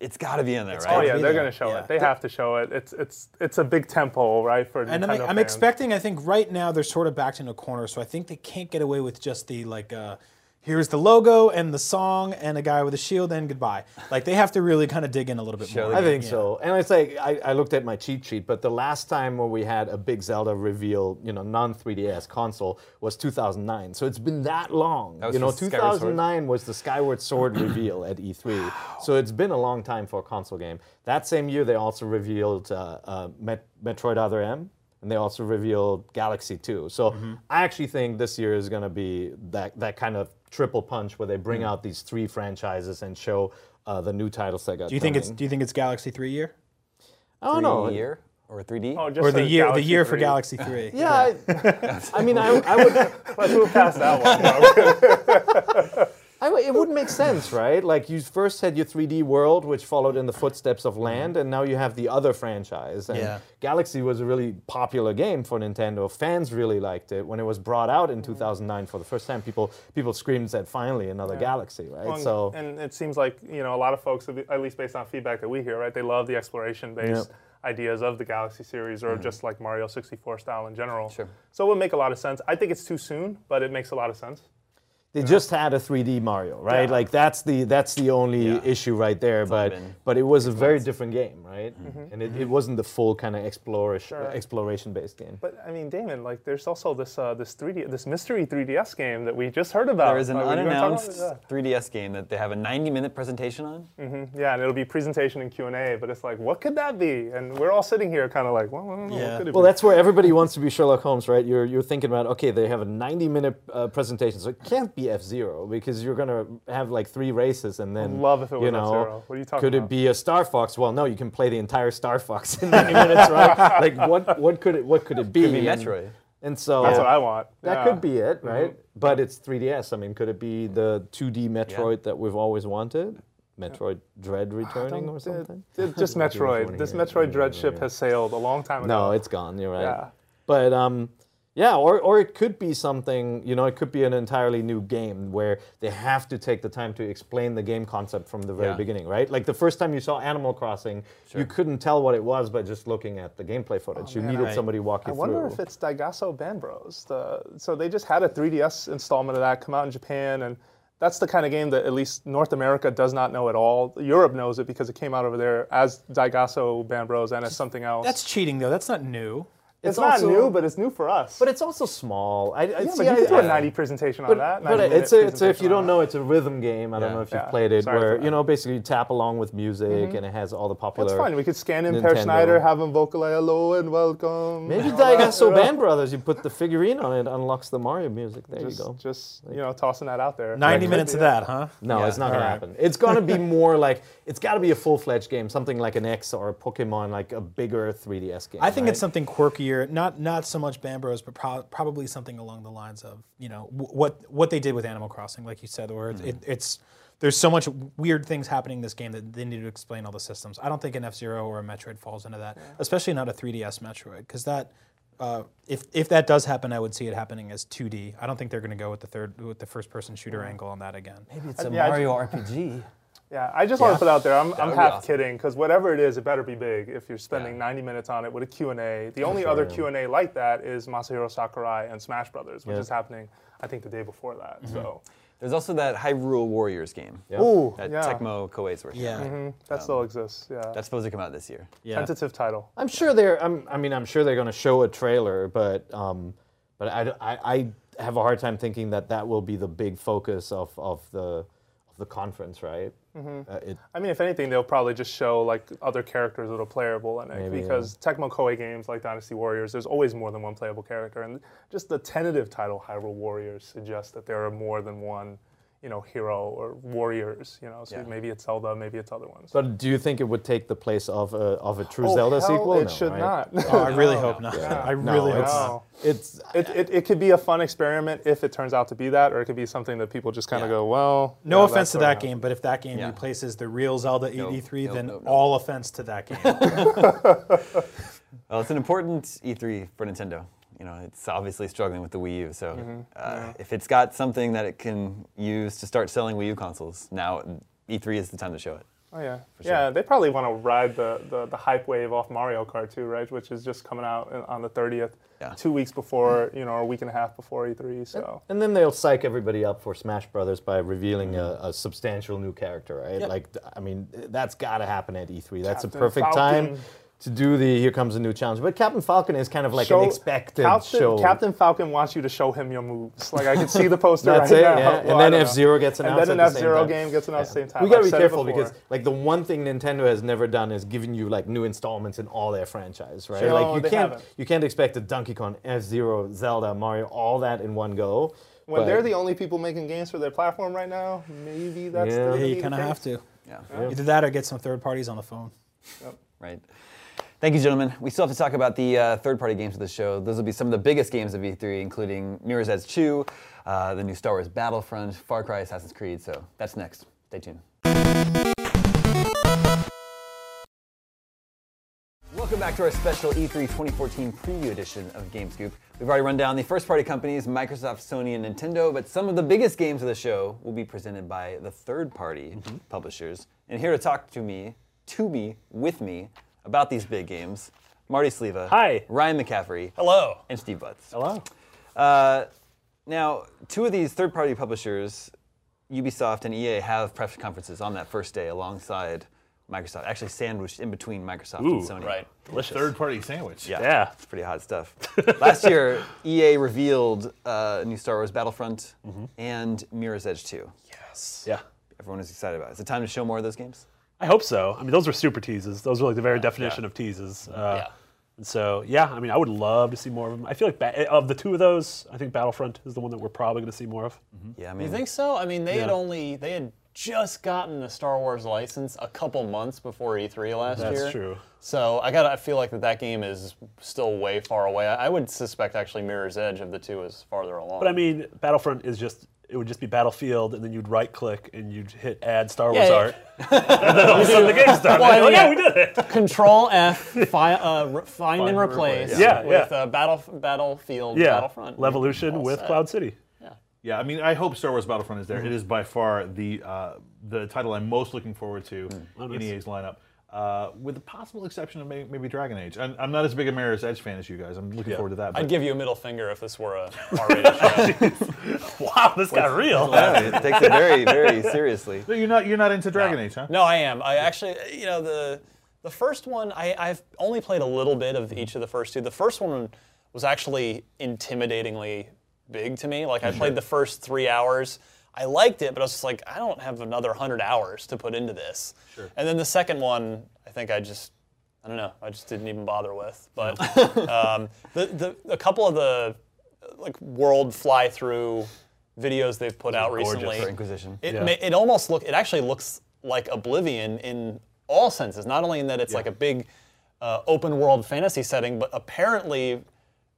Speaker 7: It's got to be in there,
Speaker 12: Oh
Speaker 7: right?
Speaker 12: yeah, they're gonna show it. They have to show it. It's it's it's a big temple, right? For
Speaker 8: and I'm,
Speaker 12: Nintendo
Speaker 8: I'm
Speaker 12: fans.
Speaker 8: expecting. I think right now they're sort of backed in a corner, so I think they can't get away with just the like. Uh, Here's the logo and the song and a guy with a shield and goodbye. Like they have to really kind of dig in a little bit more.
Speaker 3: I think so. And it's like I, I looked at my cheat sheet, but the last time when we had a big Zelda reveal, you know, non 3DS console was 2009. So it's been that long.
Speaker 7: That was
Speaker 3: you know,
Speaker 7: for Skyward Sword?
Speaker 3: 2009 was the Skyward Sword reveal at E3. So it's been a long time for a console game. That same year, they also revealed uh, uh, Met- Metroid Other M. And they also revealed Galaxy 2. So
Speaker 7: Mm-hmm.
Speaker 3: I actually think this year is going to be that, that kind of triple punch where they bring
Speaker 7: Mm.
Speaker 3: out these three franchises and show uh, the new titles that got
Speaker 8: Do you think it's
Speaker 3: coming.
Speaker 8: Do you think it's Galaxy Three year?
Speaker 3: I don't know.
Speaker 7: year or 3D?
Speaker 12: Oh, just
Speaker 8: Or the
Speaker 12: says
Speaker 8: year the
Speaker 12: Galaxy
Speaker 8: year for
Speaker 12: 3.
Speaker 8: Galaxy Three?
Speaker 3: Yeah, I, I mean, I, I would.
Speaker 12: Let's move past that one. Though.
Speaker 3: I, would- it would make sense, right? Like you first had your 3D world, which followed in the footsteps of Land, and now you have the other franchise. And
Speaker 8: Yeah.
Speaker 3: Galaxy was a really popular game for Nintendo. Fans really liked it when it was brought out in 2009 for the first time. People people screamed that finally another Galaxy, right?
Speaker 12: Well, and-
Speaker 3: so
Speaker 12: and it seems like you know a lot of folks, at least based on feedback that we hear, right? They love the exploration-based ideas of the Galaxy series, or just like Mario 64 style in general. Sure. So it would make a lot of sense. I think it's too soon, but it makes a lot of sense.
Speaker 3: They just had a 3D Mario, right? Like that's the that's the only issue right there. but
Speaker 7: been
Speaker 3: but it was a very different game, right?
Speaker 12: Mm-hmm.
Speaker 3: And it, it wasn't the full kind of exploration exploration based game.
Speaker 12: But I mean, Damon, like there's also this uh, this 3D this mystery 3DS game that we just heard about.
Speaker 7: There is an
Speaker 12: Like, were you gonna talk about
Speaker 7: unannounced
Speaker 12: it?
Speaker 7: 3DS game that they have a 90-minute presentation on.
Speaker 12: Yeah. Mm-hmm. yeah, and it'll be presentation and Q and A, but it's like, what could that be? And we're all sitting here, kind of like, well, I don't know.
Speaker 8: Yeah.
Speaker 12: What could it
Speaker 3: Well,
Speaker 12: be?
Speaker 3: that's where everybody wants to be Sherlock Holmes, right? You're, you're thinking about, okay, they have a 90 minute uh, presentation, so it can't be F Zero because you're going to have like three races and then.
Speaker 12: love if it
Speaker 3: you
Speaker 12: was
Speaker 3: know,
Speaker 12: F-Zero. What are you talking
Speaker 3: Could it
Speaker 12: about?
Speaker 3: be a Star Fox? Well, no, you can play the entire Star Fox in 90 minutes, right? Like, what, what, could, it, what could it be?
Speaker 7: be
Speaker 3: And-
Speaker 7: Metroid.
Speaker 3: And so
Speaker 12: That's what I want.
Speaker 3: that
Speaker 12: Yeah. Mm-hmm.
Speaker 3: could be it, right? But it's 3DS. I mean, could it be the 2D Metroid that we've always wanted? Metroid Dread returning or something?
Speaker 12: It- just Metroid. This Metroid Dread ship has sailed a long time ago.
Speaker 3: No, it's gone. You're right.
Speaker 12: Yeah.
Speaker 3: But um, yeah, or or it could be something. You know, it could be an entirely new game where they have to take the time to explain the game concept from the very
Speaker 7: Yeah.
Speaker 3: beginning, right? Like the first time you saw Animal Crossing, you couldn't tell what it was by just looking at the gameplay footage. you needed somebody to walk
Speaker 12: Oh, I
Speaker 3: you
Speaker 12: wonder
Speaker 3: through.
Speaker 12: if it's Daigaso Band Bros. The, so they just had a 3DS installment of that come out in Japan, and that's the kind of game that at least North America does not know at all. Europe knows it because it came out over there as Daigaso Band Bros. and as something else.
Speaker 8: That's cheating though. That's not new.
Speaker 12: it's,
Speaker 3: it's
Speaker 12: not
Speaker 3: also-
Speaker 12: new, but it's new for us.
Speaker 3: but it's also small. I, I
Speaker 12: yeah,
Speaker 3: see.
Speaker 12: but you
Speaker 3: I-
Speaker 12: can do
Speaker 3: I-
Speaker 12: a 90 presentation on that.
Speaker 3: But
Speaker 12: 90 minute
Speaker 3: it's a, it's a, if
Speaker 12: presentation
Speaker 3: you
Speaker 12: on
Speaker 3: don't
Speaker 12: that.
Speaker 3: know, it's a rhythm game. I don't know if you've
Speaker 12: Yeah.
Speaker 3: played it,
Speaker 12: Sorry for
Speaker 3: where
Speaker 12: that.
Speaker 3: you know basically you tap along with music and it has all the popular.
Speaker 12: That's fine. We could scan in Per
Speaker 3: Nintendo.
Speaker 12: Schneider, have him vocalize hello and welcome.
Speaker 3: Maybe
Speaker 12: and all that, you
Speaker 3: Daigaso
Speaker 12: know?
Speaker 3: Band Brothers, you put the figurine on it, unlocks the Mario music. There
Speaker 12: Just,
Speaker 3: you go.
Speaker 12: just you know, tossing that out there.
Speaker 8: 90
Speaker 12: Like,
Speaker 8: minutes of that, huh?
Speaker 3: No, it's not gonna happen. It's gonna be more like it's gotta be a full-fledged game, something like an X or a Pokemon, like a bigger 3DS game.
Speaker 8: I think
Speaker 3: right?
Speaker 8: it's something quirkier, not not so much Bambros, but pro- probably something along the lines of you know w- what what they did with Animal Crossing, like you said, or it, it's there's so much weird things happening in this game that they need to explain all the systems. I don't think an F Zero or a Metroid falls into that, especially not a 3DS Metroid, because that uh, if if that does happen, I would see it happening as 2D. I don't think they're going to go with the third with the first person shooter angle on that again.
Speaker 7: Maybe
Speaker 12: it's a Uh, Yeah, I Mario ju-
Speaker 7: RPG.
Speaker 12: Yeah, I just want
Speaker 8: Yeah.
Speaker 12: to put out there, I'm,
Speaker 8: That
Speaker 12: I'm
Speaker 8: would be
Speaker 12: half
Speaker 8: awesome.
Speaker 12: kidding because whatever it is, it better be big. If you're spending 90 minutes on it with a Q&A, the only other
Speaker 3: Sure.
Speaker 12: Q&A like that is Masahiro Sakurai and Smash Brothers, which
Speaker 7: Yeah.
Speaker 12: is happening, I think, the day before that.
Speaker 8: Mm-hmm.
Speaker 12: So,
Speaker 7: There's also that Hyrule Warriors game.
Speaker 12: Yeah. Ooh,
Speaker 7: that
Speaker 12: yeah.
Speaker 7: Tecmo Koei's working.
Speaker 12: Yeah.
Speaker 7: on.
Speaker 12: Mhm, that still exists. Yeah.
Speaker 7: That's supposed to come out this year.
Speaker 3: Yeah.
Speaker 12: tentative title.
Speaker 3: I'm sure they're. I'm, I mean, I'm sure they're going to show a trailer, but um, but I, I, I have a hard time thinking that that will be the big focus of of the of the conference, right?
Speaker 12: Mhm.
Speaker 3: Uh, it,
Speaker 12: I mean, if anything, they'll probably just show like other characters that are playable in it
Speaker 3: Maybe,
Speaker 12: because Tecmo Koei games like Dynasty Warriors, there's always more than one playable character, and just the tentative title Hyrule Warriors suggests that there are more than one, you know, hero or warriors. You know, so
Speaker 3: Yeah.
Speaker 12: maybe it's Zelda, maybe it's other ones.
Speaker 3: but do you think it would take the place of a of a true
Speaker 12: Oh,
Speaker 3: Zelda
Speaker 12: hell,
Speaker 3: sequel?
Speaker 12: It
Speaker 3: No,
Speaker 12: should
Speaker 3: right?
Speaker 12: not.
Speaker 8: Oh,
Speaker 3: Yeah.
Speaker 12: No,
Speaker 3: No, it's-
Speaker 12: It's it, it, it could be a fun experiment if it turns out to be that, or it could be something that people just kind of go, well.
Speaker 8: No
Speaker 12: yeah,
Speaker 8: offense
Speaker 12: that's
Speaker 8: to
Speaker 12: what
Speaker 8: that
Speaker 12: happened.
Speaker 8: game, but if that game
Speaker 12: Yeah.
Speaker 8: replaces the real Zelda
Speaker 12: Nope,
Speaker 8: 83,
Speaker 12: nope,
Speaker 8: then
Speaker 12: nope,
Speaker 8: all offense to that game.
Speaker 7: Well, it's an important E3 for Nintendo. You know, it's obviously struggling with the Wii U. So,
Speaker 12: Mhm,
Speaker 7: uh,
Speaker 12: yeah.
Speaker 7: if it's got something that it can use to start selling Wii U consoles, now E3 is the time to show it.
Speaker 12: Oh yeah,
Speaker 7: sure.
Speaker 12: yeah. They probably want to ride the, the the hype wave off Mario Kart too, right? Which is just coming out in- on the 30th, two weeks before you know, or a week and a half before E3. So
Speaker 3: And then they'll psych everybody up for Smash Brothers by revealing a, a substantial new character, right?
Speaker 12: Yep.
Speaker 3: Like, I mean, that's got to happen at E3. That's
Speaker 12: Captain
Speaker 3: a perfect
Speaker 12: Falcon.
Speaker 3: time to do the here comes a new challenge. But Captain Falcon is kind of like
Speaker 12: Show-
Speaker 3: an expected
Speaker 12: Captain,
Speaker 3: show.
Speaker 12: Captain Falcon wants you to show him your moves. Like I can see the poster
Speaker 3: That's
Speaker 12: right
Speaker 3: it,
Speaker 12: now.
Speaker 3: yeah.
Speaker 12: Well,
Speaker 3: And
Speaker 12: I
Speaker 3: then
Speaker 12: don't know.
Speaker 3: F-Zero gets announced
Speaker 12: And then
Speaker 3: at
Speaker 12: an
Speaker 3: the same
Speaker 12: F-Zero
Speaker 3: time.
Speaker 12: game gets announced at the same time.
Speaker 3: we gotta
Speaker 12: I've
Speaker 3: be
Speaker 12: said it
Speaker 3: careful
Speaker 12: before.
Speaker 3: because, like, the one thing Nintendo has never done is given you like new installments in all their franchise, right?
Speaker 12: Sure. No,
Speaker 3: like, you
Speaker 12: they
Speaker 3: can't
Speaker 12: haven't.
Speaker 3: you can't expect a Donkey Kong, F Zero, Zelda, Mario, all that in one go.
Speaker 12: when
Speaker 3: but-
Speaker 12: they're the only people making games for their platform right now, maybe that's
Speaker 3: Yeah.
Speaker 12: the
Speaker 3: Yeah,
Speaker 8: you kind of have to.
Speaker 7: Yeah.
Speaker 8: Either that or get some third parties on the phone.
Speaker 7: Right. Thank you, gentlemen. We still have to talk about the uh, third-party games of the show. Those will be some of the biggest games of E3, including Mirror's Edge 2, uh, the new Star Wars Battlefront, Far Cry, Assassin's Creed. So that's next. Stay tuned. Welcome back to our special E E3 2014 preview edition of GameScoop. We've already run down the first party companies, Microsoft, Sony, and Nintendo, but some of the biggest games of the show will be presented by the third party
Speaker 5: Mm-hmm.
Speaker 7: publishers. And here to talk to me, to me, with me, about these big games, Marty Sleva. Hi. Ryan McCaffrey.
Speaker 5: Hello.
Speaker 7: And Steve Butts.
Speaker 5: Hello.
Speaker 7: Uh, now, two of these third party publishers, Ubisoft and EA, have press conferences on that first day alongside Microsoft, actually sandwiched in between Microsoft
Speaker 13: Ooh,
Speaker 7: and Sony.
Speaker 13: right. Delicious. Third-party sandwich.
Speaker 7: Yeah.
Speaker 13: Yeah.
Speaker 7: It's pretty hot stuff. Last year, EA revealed uh, new Star Wars Battlefront and Mirror's Edge 2.
Speaker 13: Yes. Mm-hmm. Yeah.
Speaker 7: Everyone is excited about it. Is it time to show more of those games?
Speaker 9: I hope so. I mean, those were super teases. Those were like the very definition of teases. Uh, And so, yeah, I mean, I would love to see more of them. I feel like ba- of the two of those, I think Battlefront is the one that we're probably going to see more of.
Speaker 7: Yeah, I
Speaker 5: Mm-hmm. you think so? I mean, they had
Speaker 9: Yeah.
Speaker 5: only they had just gotten the Star Wars license a couple months before E3 last
Speaker 9: That's
Speaker 5: year.
Speaker 9: true.
Speaker 5: So I got I feel like that that game is still way far away. I, I would suspect actually Mirror's Edge of the two is farther along.
Speaker 9: But I mean, Battlefront is just. It would just be Battlefield, and then you'd right click and you'd hit add Star Wars
Speaker 5: Yeah, yeah.
Speaker 9: art. and then all of a sudden the game started.
Speaker 5: Well, I mean,
Speaker 9: Like, oh, yeah, we did it.
Speaker 5: Control F, fi- uh, re- find, and
Speaker 9: and
Speaker 5: replace.
Speaker 9: replace. Yeah,
Speaker 5: with
Speaker 9: yeah.
Speaker 5: Uh, battle, battlefield,
Speaker 13: Yeah.
Speaker 5: Battlefront.
Speaker 9: Levolution with
Speaker 13: set.
Speaker 9: Cloud City.
Speaker 13: Yeah, I mean, I hope Star Wars Battlefront is there. It
Speaker 9: Mhm.
Speaker 13: is by far the uh, the title I'm most looking forward to
Speaker 7: Mm.
Speaker 9: Oh,
Speaker 13: in
Speaker 9: nice.
Speaker 13: EA's lineup, uh, with the possible exception of maybe, maybe Dragon Age. I'm, I'm not as big a Mirror's Edge fan as you guys. I'm looking forward to that.
Speaker 5: I'd
Speaker 13: but-
Speaker 5: give you a middle finger if this were a R-rated show.
Speaker 13: wow, this
Speaker 5: got
Speaker 13: That's- real.
Speaker 7: Yeah, it takes it very, very seriously.
Speaker 13: No, you're not you're not into Dragon Age, huh?
Speaker 5: No, I am. I actually, you know, the the first one, I, I've only played a little bit of each of the first two. The first one was actually intimidatingly big to me. Like
Speaker 13: Mm-hmm.
Speaker 5: I played the first three hours. I liked it, but I was just like, I don't have another hundred hours to put into this.
Speaker 13: Sure.
Speaker 5: And then the second one, I think I just, I don't know, I just didn't even bother with. But um, the, the a couple of the like world fly through videos they've put out
Speaker 7: Gorgeous.
Speaker 5: recently.
Speaker 7: For Inquisition.
Speaker 5: It,
Speaker 7: Yeah.
Speaker 5: ma- it almost look. It actually looks like Oblivion in all senses. Not only in that it's like a big uh, open world fantasy setting, but apparently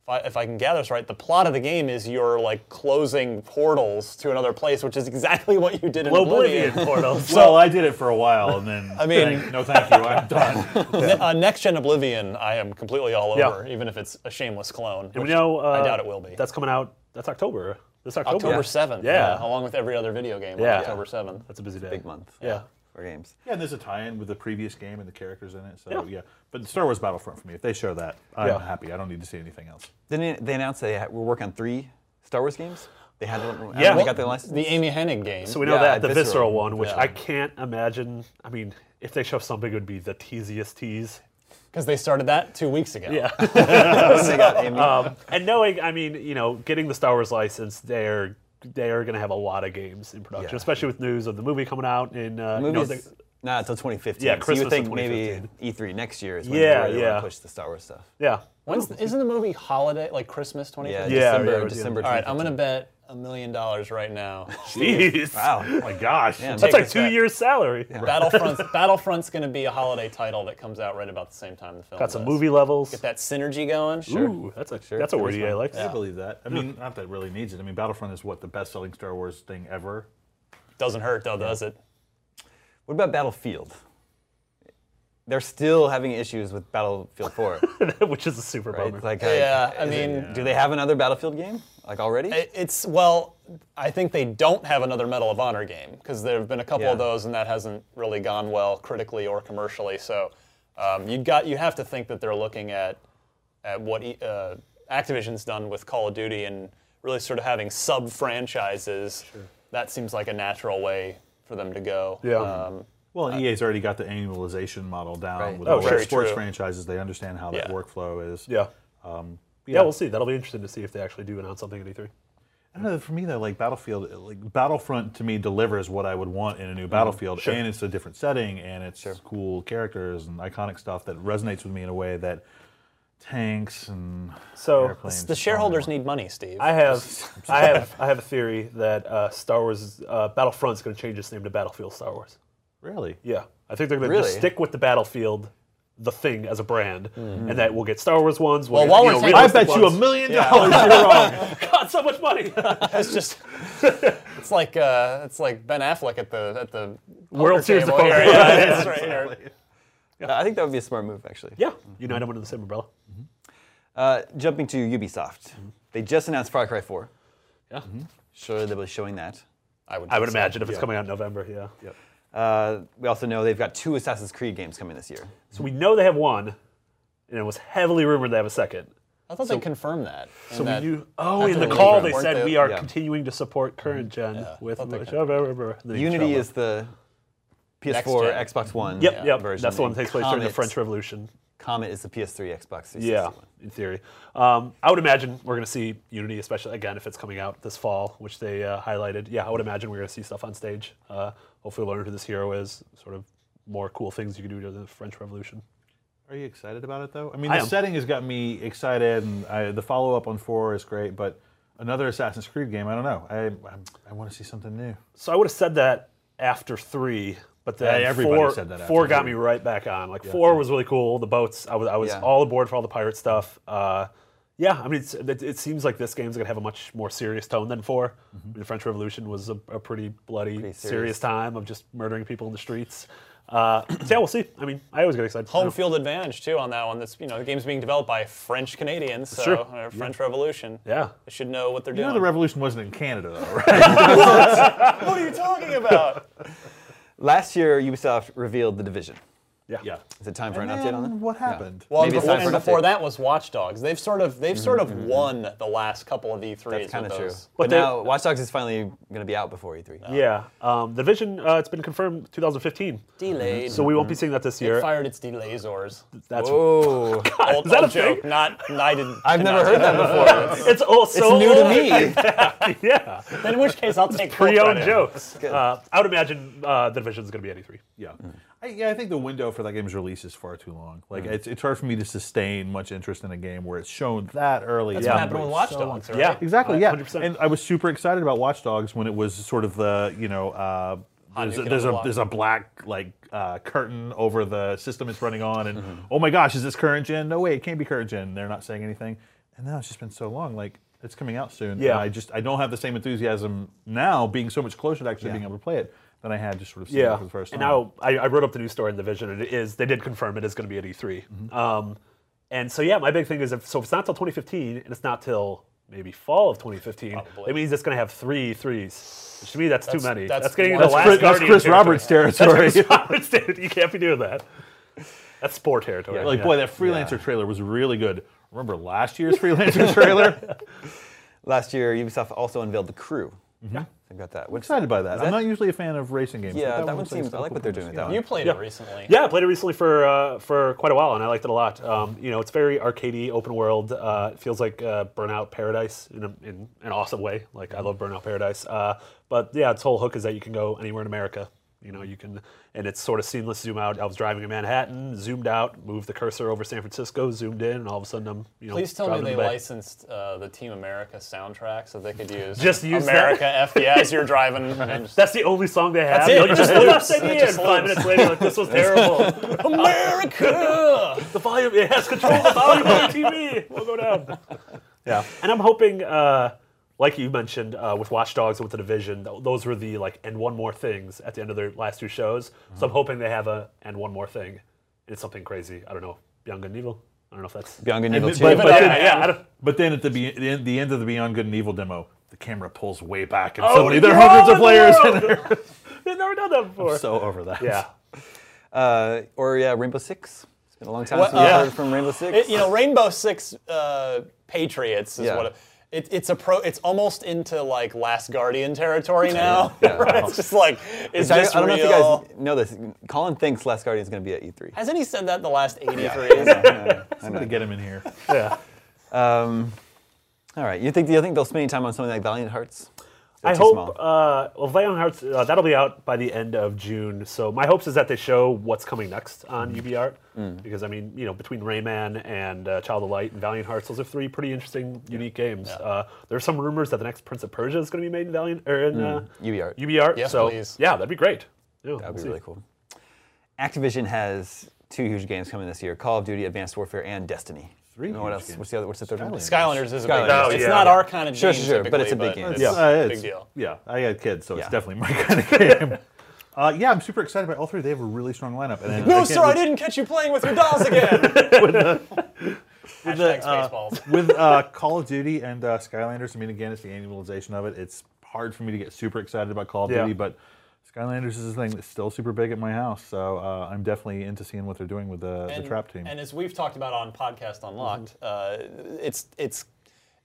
Speaker 5: I, if I can gather this right, the plot of the game is you're like closing portals to another place, which is exactly what you did in
Speaker 13: Well,
Speaker 5: Oblivion.
Speaker 13: Oblivion portal.
Speaker 5: So-
Speaker 13: well, I did it for a while, and then
Speaker 5: I mean-
Speaker 13: thank- no, thank you, I'm done.
Speaker 5: Ne- uh, Next Gen Oblivion, I am completely all
Speaker 13: Yeah.
Speaker 5: over, even if it's a shameless clone.
Speaker 9: And we
Speaker 5: which
Speaker 9: know
Speaker 5: I
Speaker 9: uh,
Speaker 5: doubt it will be.
Speaker 9: That's coming out. That's October. This October.
Speaker 5: October seventh.
Speaker 9: Yeah.
Speaker 5: along with every other video game. on
Speaker 9: Yeah.
Speaker 5: October seventh.
Speaker 9: That's a busy day.
Speaker 7: Big month.
Speaker 9: Yeah.
Speaker 7: For games.
Speaker 13: Yeah, and there's a tie-in with the previous game and the characters in it. So yeah, but Star Wars Battlefront for me. If they show that, I'm
Speaker 7: Yeah.
Speaker 13: happy. I don't need to see anything else.
Speaker 7: Didn't they announce they had, were working on three Star Wars games? They had them.
Speaker 9: Yeah.
Speaker 7: they got their license.
Speaker 5: The Amy Hennig game.
Speaker 9: So we know
Speaker 7: Yeah,
Speaker 9: that the
Speaker 7: Visceral.
Speaker 9: visceral, one, which
Speaker 7: Yeah.
Speaker 9: I can't imagine. I mean, if they show something, it would be the teasiest tease.
Speaker 5: Because they started that two weeks ago.
Speaker 9: Yeah.
Speaker 5: They got Amy.
Speaker 9: um, and knowing, I mean, you know, getting the Star Wars license, they're they are going to have a lot of games in production,
Speaker 7: Yeah.
Speaker 9: especially with news of the movie coming out in. Uh,
Speaker 7: The
Speaker 9: you know,
Speaker 7: movie's
Speaker 9: the-
Speaker 7: not until 2015.
Speaker 9: Yeah,
Speaker 7: so you
Speaker 9: Christmas
Speaker 7: would
Speaker 9: of
Speaker 7: think maybe E3 next year is when
Speaker 9: Yeah,
Speaker 7: they really
Speaker 9: yeah.
Speaker 7: want to push the Star Wars stuff.
Speaker 9: Yeah.
Speaker 5: When's, isn't the movie holiday like Christmas 2015?
Speaker 7: Yeah, Yeah, December- yeah, it was December
Speaker 5: All right, I'm gonna bet a million dollars right now.
Speaker 9: Jeez.
Speaker 7: Wow.
Speaker 9: Oh my gosh.
Speaker 5: Yeah,
Speaker 9: That's
Speaker 5: take
Speaker 9: like
Speaker 5: this
Speaker 9: two
Speaker 5: back.
Speaker 9: years' salary.
Speaker 5: Battlefront's, Battlefront's going to be a holiday title that comes out right about the same time the film.
Speaker 9: Got some
Speaker 5: does.
Speaker 9: movie levels.
Speaker 5: Get that synergy going.
Speaker 9: Ooh, that's a that's a wordy I like.
Speaker 13: I believe that. I mean, not that it really needs it. I mean, Battlefront is what the best-selling Star Wars thing ever.
Speaker 5: Doesn't hurt though, does it?
Speaker 7: What about Battlefield? They're still having issues with Battlefield 4.
Speaker 9: Which is a super
Speaker 7: right?
Speaker 5: bummer.
Speaker 7: Like,
Speaker 5: Yeah,
Speaker 7: like,
Speaker 5: I
Speaker 7: is it-
Speaker 5: mean-
Speaker 7: do they have another Battlefield game like already?
Speaker 5: It- It's well, I think they don't have another Medal of Honor game because there have been a couple
Speaker 7: Yeah.
Speaker 5: of those, and that hasn't really gone well critically or commercially. So um, you got you have to think that they're looking at at what E- uh, Activision's done with Call of Duty and really sort of having sub franchises. That seems like a natural way for them to go. Um,
Speaker 13: well, and EA's already got the annualization model down
Speaker 5: Right.
Speaker 13: with
Speaker 5: Oh,
Speaker 13: all their
Speaker 5: very
Speaker 13: sports
Speaker 5: true.
Speaker 13: franchises. They understand how that
Speaker 5: Yeah.
Speaker 13: workflow is.
Speaker 9: Yeah.
Speaker 13: Um,
Speaker 9: Yeah, we'll see. That'll be interesting to see if they actually do announce something E at E3.
Speaker 13: I don't know. For me, though, like Battlefield, uh, like Battlefront, to me delivers what I would want in a new Battlefield,
Speaker 9: Mm-hmm. Sure.
Speaker 13: and it's a different setting, and it's cool characters and iconic stuff that resonates with me in a way that tanks and
Speaker 9: So,
Speaker 13: airplanes.
Speaker 5: the shareholders need money, Steve.
Speaker 9: I have, I have, I have a theory that uh, Star Wars uh, Battlefront's going to change its name to Battlefield Star Wars.
Speaker 13: Really?
Speaker 9: Yeah, I think they're going to
Speaker 13: Really?
Speaker 9: just stick with the Battlefield, the thing as a brand, and that we'll get Star Wars ones. We'll
Speaker 13: Well,
Speaker 9: get,
Speaker 13: while
Speaker 9: you
Speaker 13: we're
Speaker 9: know,
Speaker 13: saying-
Speaker 9: realistic
Speaker 13: I bet you
Speaker 9: ones.
Speaker 13: a million
Speaker 9: Yeah.
Speaker 13: dollars
Speaker 9: you're wrong. God, so much money.
Speaker 5: That's just. it's like uh, it's like Ben Affleck at the at the
Speaker 9: World
Speaker 5: poker
Speaker 9: Series of
Speaker 5: table here.
Speaker 9: Poker.
Speaker 5: Yeah, that's right here.
Speaker 7: I think that would be a smart move, actually.
Speaker 9: Yeah, unite them under the same umbrella. Mm-hmm.
Speaker 7: Uh, jumping to Ubisoft, they just announced Far Cry 4.
Speaker 9: Yeah.
Speaker 7: Sure, they'll be showing that.
Speaker 5: I would.
Speaker 9: I would imagine if it's coming out in November. Yeah.
Speaker 7: Uh, we also know they've got two Assassin's Creed games coming this year.
Speaker 9: So we know they have one, and it was heavily rumored they have a second.
Speaker 5: I thought they confirmed that.
Speaker 9: So
Speaker 5: that-
Speaker 9: we do. Oh,
Speaker 5: after
Speaker 9: in the
Speaker 5: leak,
Speaker 9: call they
Speaker 5: weren't
Speaker 9: said we are
Speaker 5: yeah.
Speaker 9: continuing to support current
Speaker 5: Mm-hmm.
Speaker 9: gen with
Speaker 7: Unity is the PS4,
Speaker 9: Next gen.
Speaker 7: Xbox One
Speaker 9: Yep, yep.
Speaker 7: version.
Speaker 9: That's the one
Speaker 7: and
Speaker 9: that takes place during the
Speaker 7: Comet-
Speaker 9: French Revolution.
Speaker 7: Comet is the PS3, Xbox 360
Speaker 9: Yeah,
Speaker 7: one.
Speaker 9: in theory. Um, I would imagine we're going to see Unity, especially again if it's coming out this fall, which they uh, highlighted. Yeah, I would imagine we're going to see stuff on stage. Uh, hopefully, learn who this hero is. Sort of more cool things you can do during the French Revolution.
Speaker 13: Are you excited about it though? I mean,
Speaker 9: I
Speaker 13: the
Speaker 9: am.
Speaker 13: setting has got me excited, and I, the follow-up on four is great, but another Assassin's Creed game, I don't know. I I, I want to see something new.
Speaker 9: So I would have said that after three, but then
Speaker 13: Yeah, everybody
Speaker 9: four,
Speaker 13: said that after
Speaker 9: four got
Speaker 13: three.
Speaker 9: me right back on. Like
Speaker 13: Yeah.
Speaker 9: four was really cool. The boats, I was, I was
Speaker 13: Yeah.
Speaker 9: all aboard for all the pirate stuff. Uh, yeah, I mean, it's, it, it seems like this game's gonna have a much more serious tone than 4 I mean, the French Revolution was a, a pretty bloody, serious.
Speaker 5: serious.
Speaker 9: time of just murdering people in the streets. Uh, so yeah, we'll see. I mean, I always get excited.
Speaker 5: Home field advantage too on that one. That's you know the game's being developed by French Canadians, so
Speaker 9: That's true.
Speaker 5: uh, French Revolution.
Speaker 9: Yeah,
Speaker 5: they should know what they're
Speaker 13: You know,
Speaker 5: doing.
Speaker 13: the revolution wasn't in Canada though, right?
Speaker 5: what are you talking about?
Speaker 7: Last year, Ubisoft revealed The Division.
Speaker 9: Yeah.
Speaker 13: yeah.
Speaker 7: Is it time for
Speaker 13: And
Speaker 7: an update
Speaker 13: then
Speaker 7: on that?
Speaker 13: what happened?
Speaker 5: Well,
Speaker 7: Maybe it's
Speaker 5: before,
Speaker 7: time for
Speaker 5: and
Speaker 7: an
Speaker 5: before
Speaker 7: update.
Speaker 5: that was Watch Dogs. They've sort of they've sort of
Speaker 7: Mhm.
Speaker 5: won the last couple of E3s.
Speaker 7: That's kind
Speaker 5: with
Speaker 7: of true.
Speaker 5: those.
Speaker 7: But, now Watch Dogs is finally going to be out before E E3.
Speaker 9: Yeah, um, the Vision. Uh, it's been confirmed 2015.
Speaker 5: Delayed.
Speaker 9: So we won't be
Speaker 7: Mm-hmm.
Speaker 9: seeing that this year.
Speaker 5: It fired its delayzors.
Speaker 9: That's
Speaker 7: Whoa.
Speaker 5: old,
Speaker 9: is that
Speaker 5: old
Speaker 9: a thing?
Speaker 5: joke. Not I didn't.
Speaker 9: I've
Speaker 5: did
Speaker 9: never
Speaker 5: not
Speaker 9: heard
Speaker 5: know.
Speaker 9: that before. It's all so
Speaker 5: me.
Speaker 9: yeah.
Speaker 5: Then in which case I'll take full
Speaker 9: pre-owned
Speaker 5: credit.
Speaker 9: jokes. Uh, I would imagine uh, the division's going to be 83.
Speaker 13: Yeah. I, yeah, I think the window for that game's release is far too long. Like,
Speaker 9: Mhm.
Speaker 13: it's, it's hard for me to sustain much interest in a game where it's shown that early.
Speaker 9: That's
Speaker 13: and
Speaker 9: what happened
Speaker 13: wait
Speaker 9: with Watch
Speaker 13: so
Speaker 9: Dogs,
Speaker 13: long.
Speaker 9: right?
Speaker 13: Yeah, exactly. Yeah,
Speaker 9: 100%.
Speaker 13: and I was super excited about Watch Dogs when it was sort of the you know. Uh,
Speaker 9: Hot
Speaker 13: there's
Speaker 9: new
Speaker 13: a,
Speaker 9: kid on
Speaker 13: there's
Speaker 9: the
Speaker 13: a
Speaker 9: block.
Speaker 13: there's a black like uh, curtain over
Speaker 9: Mm-hmm.
Speaker 13: the system it's running on and oh my gosh is this current gen no way it can't be current gen they're not saying anything And now it's just been so long. Like it's coming out soon.
Speaker 9: Yeah.
Speaker 13: And I just I don't have the same enthusiasm now, being so much closer to actually
Speaker 9: Yeah.
Speaker 13: being able to play it than I had just sort of seeing
Speaker 9: yeah.
Speaker 13: it for the first time.
Speaker 9: and now I, I wrote up the new story in the vision, and it is they did confirm it is going to be at E3.
Speaker 13: Mm-hmm.
Speaker 9: Um, and so yeah, my big thing is if so if it's not till 2015, and it's not till maybe fall of 2015, it means it's going to have three threes. Which to me, that's,
Speaker 13: That's-
Speaker 9: too many.
Speaker 13: that's
Speaker 9: That's, getting into
Speaker 13: one-
Speaker 9: the last.
Speaker 13: That's Chris- that's
Speaker 9: Guardian
Speaker 13: Chris Roberts territory.
Speaker 9: That's Chris Roberts territory. You can't be doing that. That's sport territory.
Speaker 13: Yeah, like boy, that freelancer trailer was really good. Remember last year's freelancer trailer?
Speaker 7: Last year, Ubisoft also unveiled The Crew. Yeah. I got that.
Speaker 13: I'm Mm-hmm. excited by that.
Speaker 7: Is
Speaker 13: I'm not usually a fan of racing games. but
Speaker 7: Yeah, that
Speaker 13: one
Speaker 7: one
Speaker 13: looks like
Speaker 7: seems-
Speaker 13: it's
Speaker 7: I like
Speaker 13: got
Speaker 7: what they're
Speaker 13: cool
Speaker 7: doing with
Speaker 13: pieces.
Speaker 7: that one. You played
Speaker 9: yeah.
Speaker 7: it recently.
Speaker 9: Yeah, I played it recently for uh, for quite a while, and I liked it a lot. Um, you know, it's very arcadey, open world. Uh, it feels like uh, Burnout Paradise in, a, in an awesome way. Like I love Burnout Paradise. Uh, but yeah, its whole hook is that you can go anywhere in America. You know, you can, and it's sort of seamless zoom out. I was driving in Manhattan, zoomed out, moved the cursor over San Francisco, zoomed in, and all of a sudden I'm, you know,
Speaker 5: Please tell me
Speaker 9: driving in
Speaker 5: they
Speaker 9: the Bay.
Speaker 5: licensed uh, the Team America soundtrack so they could use
Speaker 9: Just use that.
Speaker 5: America FDS. as you're driving. and just-
Speaker 9: That's the only song they have.
Speaker 5: That's it.
Speaker 9: You're like, just
Speaker 5: It
Speaker 9: put
Speaker 5: loops.
Speaker 9: that
Speaker 5: It
Speaker 9: in.
Speaker 5: just
Speaker 9: Five
Speaker 5: loops.
Speaker 9: minutes later, like, this was terrible. America! the volume, it has control of the volume on the TV. We'll go down. Yeah, and I'm hoping, uh, like you mentioned, uh, with Watch Dogs and with the Division, th- those were the like and one more things at the end of their last two shows. So I'm hoping they have a and one more thing. It's something crazy. I don't know. Beyond Good and Evil. I don't know if that's
Speaker 7: Beyond Good
Speaker 13: And
Speaker 9: But-
Speaker 13: th- but,
Speaker 9: but
Speaker 13: but
Speaker 9: yeah,
Speaker 13: then,
Speaker 9: yeah, I don't-
Speaker 13: but then at the, be- the, end, the end of the Beyond Good and Evil demo, the camera pulls way back, and
Speaker 9: Oh,
Speaker 13: suddenly there
Speaker 9: no,
Speaker 13: are hundreds of
Speaker 9: no!
Speaker 13: players in there.
Speaker 9: They've never done that before.
Speaker 13: so over that.
Speaker 9: Yeah.
Speaker 7: Uh, or yeah, Rainbow Six. It's been a long time
Speaker 5: What-
Speaker 7: since
Speaker 5: yeah.
Speaker 7: I've heard from Rainbow Six.
Speaker 5: It- you know, Rainbow Six uh, Patriots is
Speaker 7: Yeah.
Speaker 5: what. It, it, it's a pro. It's almost into like Last Guardian territory now. Right? It's just like, is
Speaker 7: Which I,
Speaker 5: this
Speaker 7: I don't
Speaker 5: real?
Speaker 7: know if you guys know this. Colin thinks Last Guardian is going to be at E E3.
Speaker 5: Hasn't he said that the last 83?
Speaker 13: Somebody get him in here.
Speaker 9: Yeah.
Speaker 7: Um, all right. You think? Do you think they'll spend any time on something like Valiant Hearts? They're
Speaker 9: I
Speaker 7: too
Speaker 9: hope.
Speaker 7: small.
Speaker 9: Uh, well, Valiant Hearts uh, that'll be out by the end of June. So my hopes is that they show what's coming next on
Speaker 7: Mm-hmm.
Speaker 9: UB Art,
Speaker 13: Mm.
Speaker 9: because I mean, you know, between Rayman and uh, Child of Light and Valiant Hearts, those are three pretty interesting, unique games. Uh, there are some rumors that the next Prince of Persia is going to be made in Valiant or in
Speaker 7: Mm,
Speaker 9: uh,
Speaker 7: UB Art.
Speaker 9: UB Art.
Speaker 7: Yes,
Speaker 9: so
Speaker 7: please.
Speaker 9: yeah, that'd be great. Yeah,
Speaker 7: That would
Speaker 9: we'll
Speaker 7: be
Speaker 9: see.
Speaker 7: really cool. Activision has two huge games coming this year: Call of Duty, Advanced Warfare, and Destiny.
Speaker 13: Three
Speaker 7: You know what
Speaker 13: huge
Speaker 7: else?
Speaker 13: games.
Speaker 7: What's the other? What's the third one?
Speaker 5: Skylanders is a big game. It's not our kind of
Speaker 7: sure,
Speaker 5: game
Speaker 7: Sure, sure, but it's a big
Speaker 5: typically,
Speaker 7: game.
Speaker 5: but It's-
Speaker 13: uh,
Speaker 5: big deal.
Speaker 13: Yeah, I got kids, so
Speaker 7: Yeah.
Speaker 13: it's definitely my kind of game. Uh, yeah, I'm super excited about all three. They have a really strong lineup. And I- I
Speaker 5: No,
Speaker 13: can't
Speaker 5: sir, I
Speaker 13: wait-
Speaker 5: didn't catch you playing with your dolls again.
Speaker 13: with
Speaker 5: Hashtag
Speaker 13: the, uh,
Speaker 5: Spaceballs.
Speaker 13: with uh, Call of Duty and uh, Skylanders, I mean, again, it's the annualization of it. It's hard for me to get super excited about Call of
Speaker 9: Yeah.
Speaker 13: Duty, but Skylanders is a thing that's still super big at my house, so uh, I'm definitely into seeing what they're doing with the, the trap team.
Speaker 5: And as we've talked about on podcast Unlocked,
Speaker 9: Mm-hmm.
Speaker 5: uh, it's it's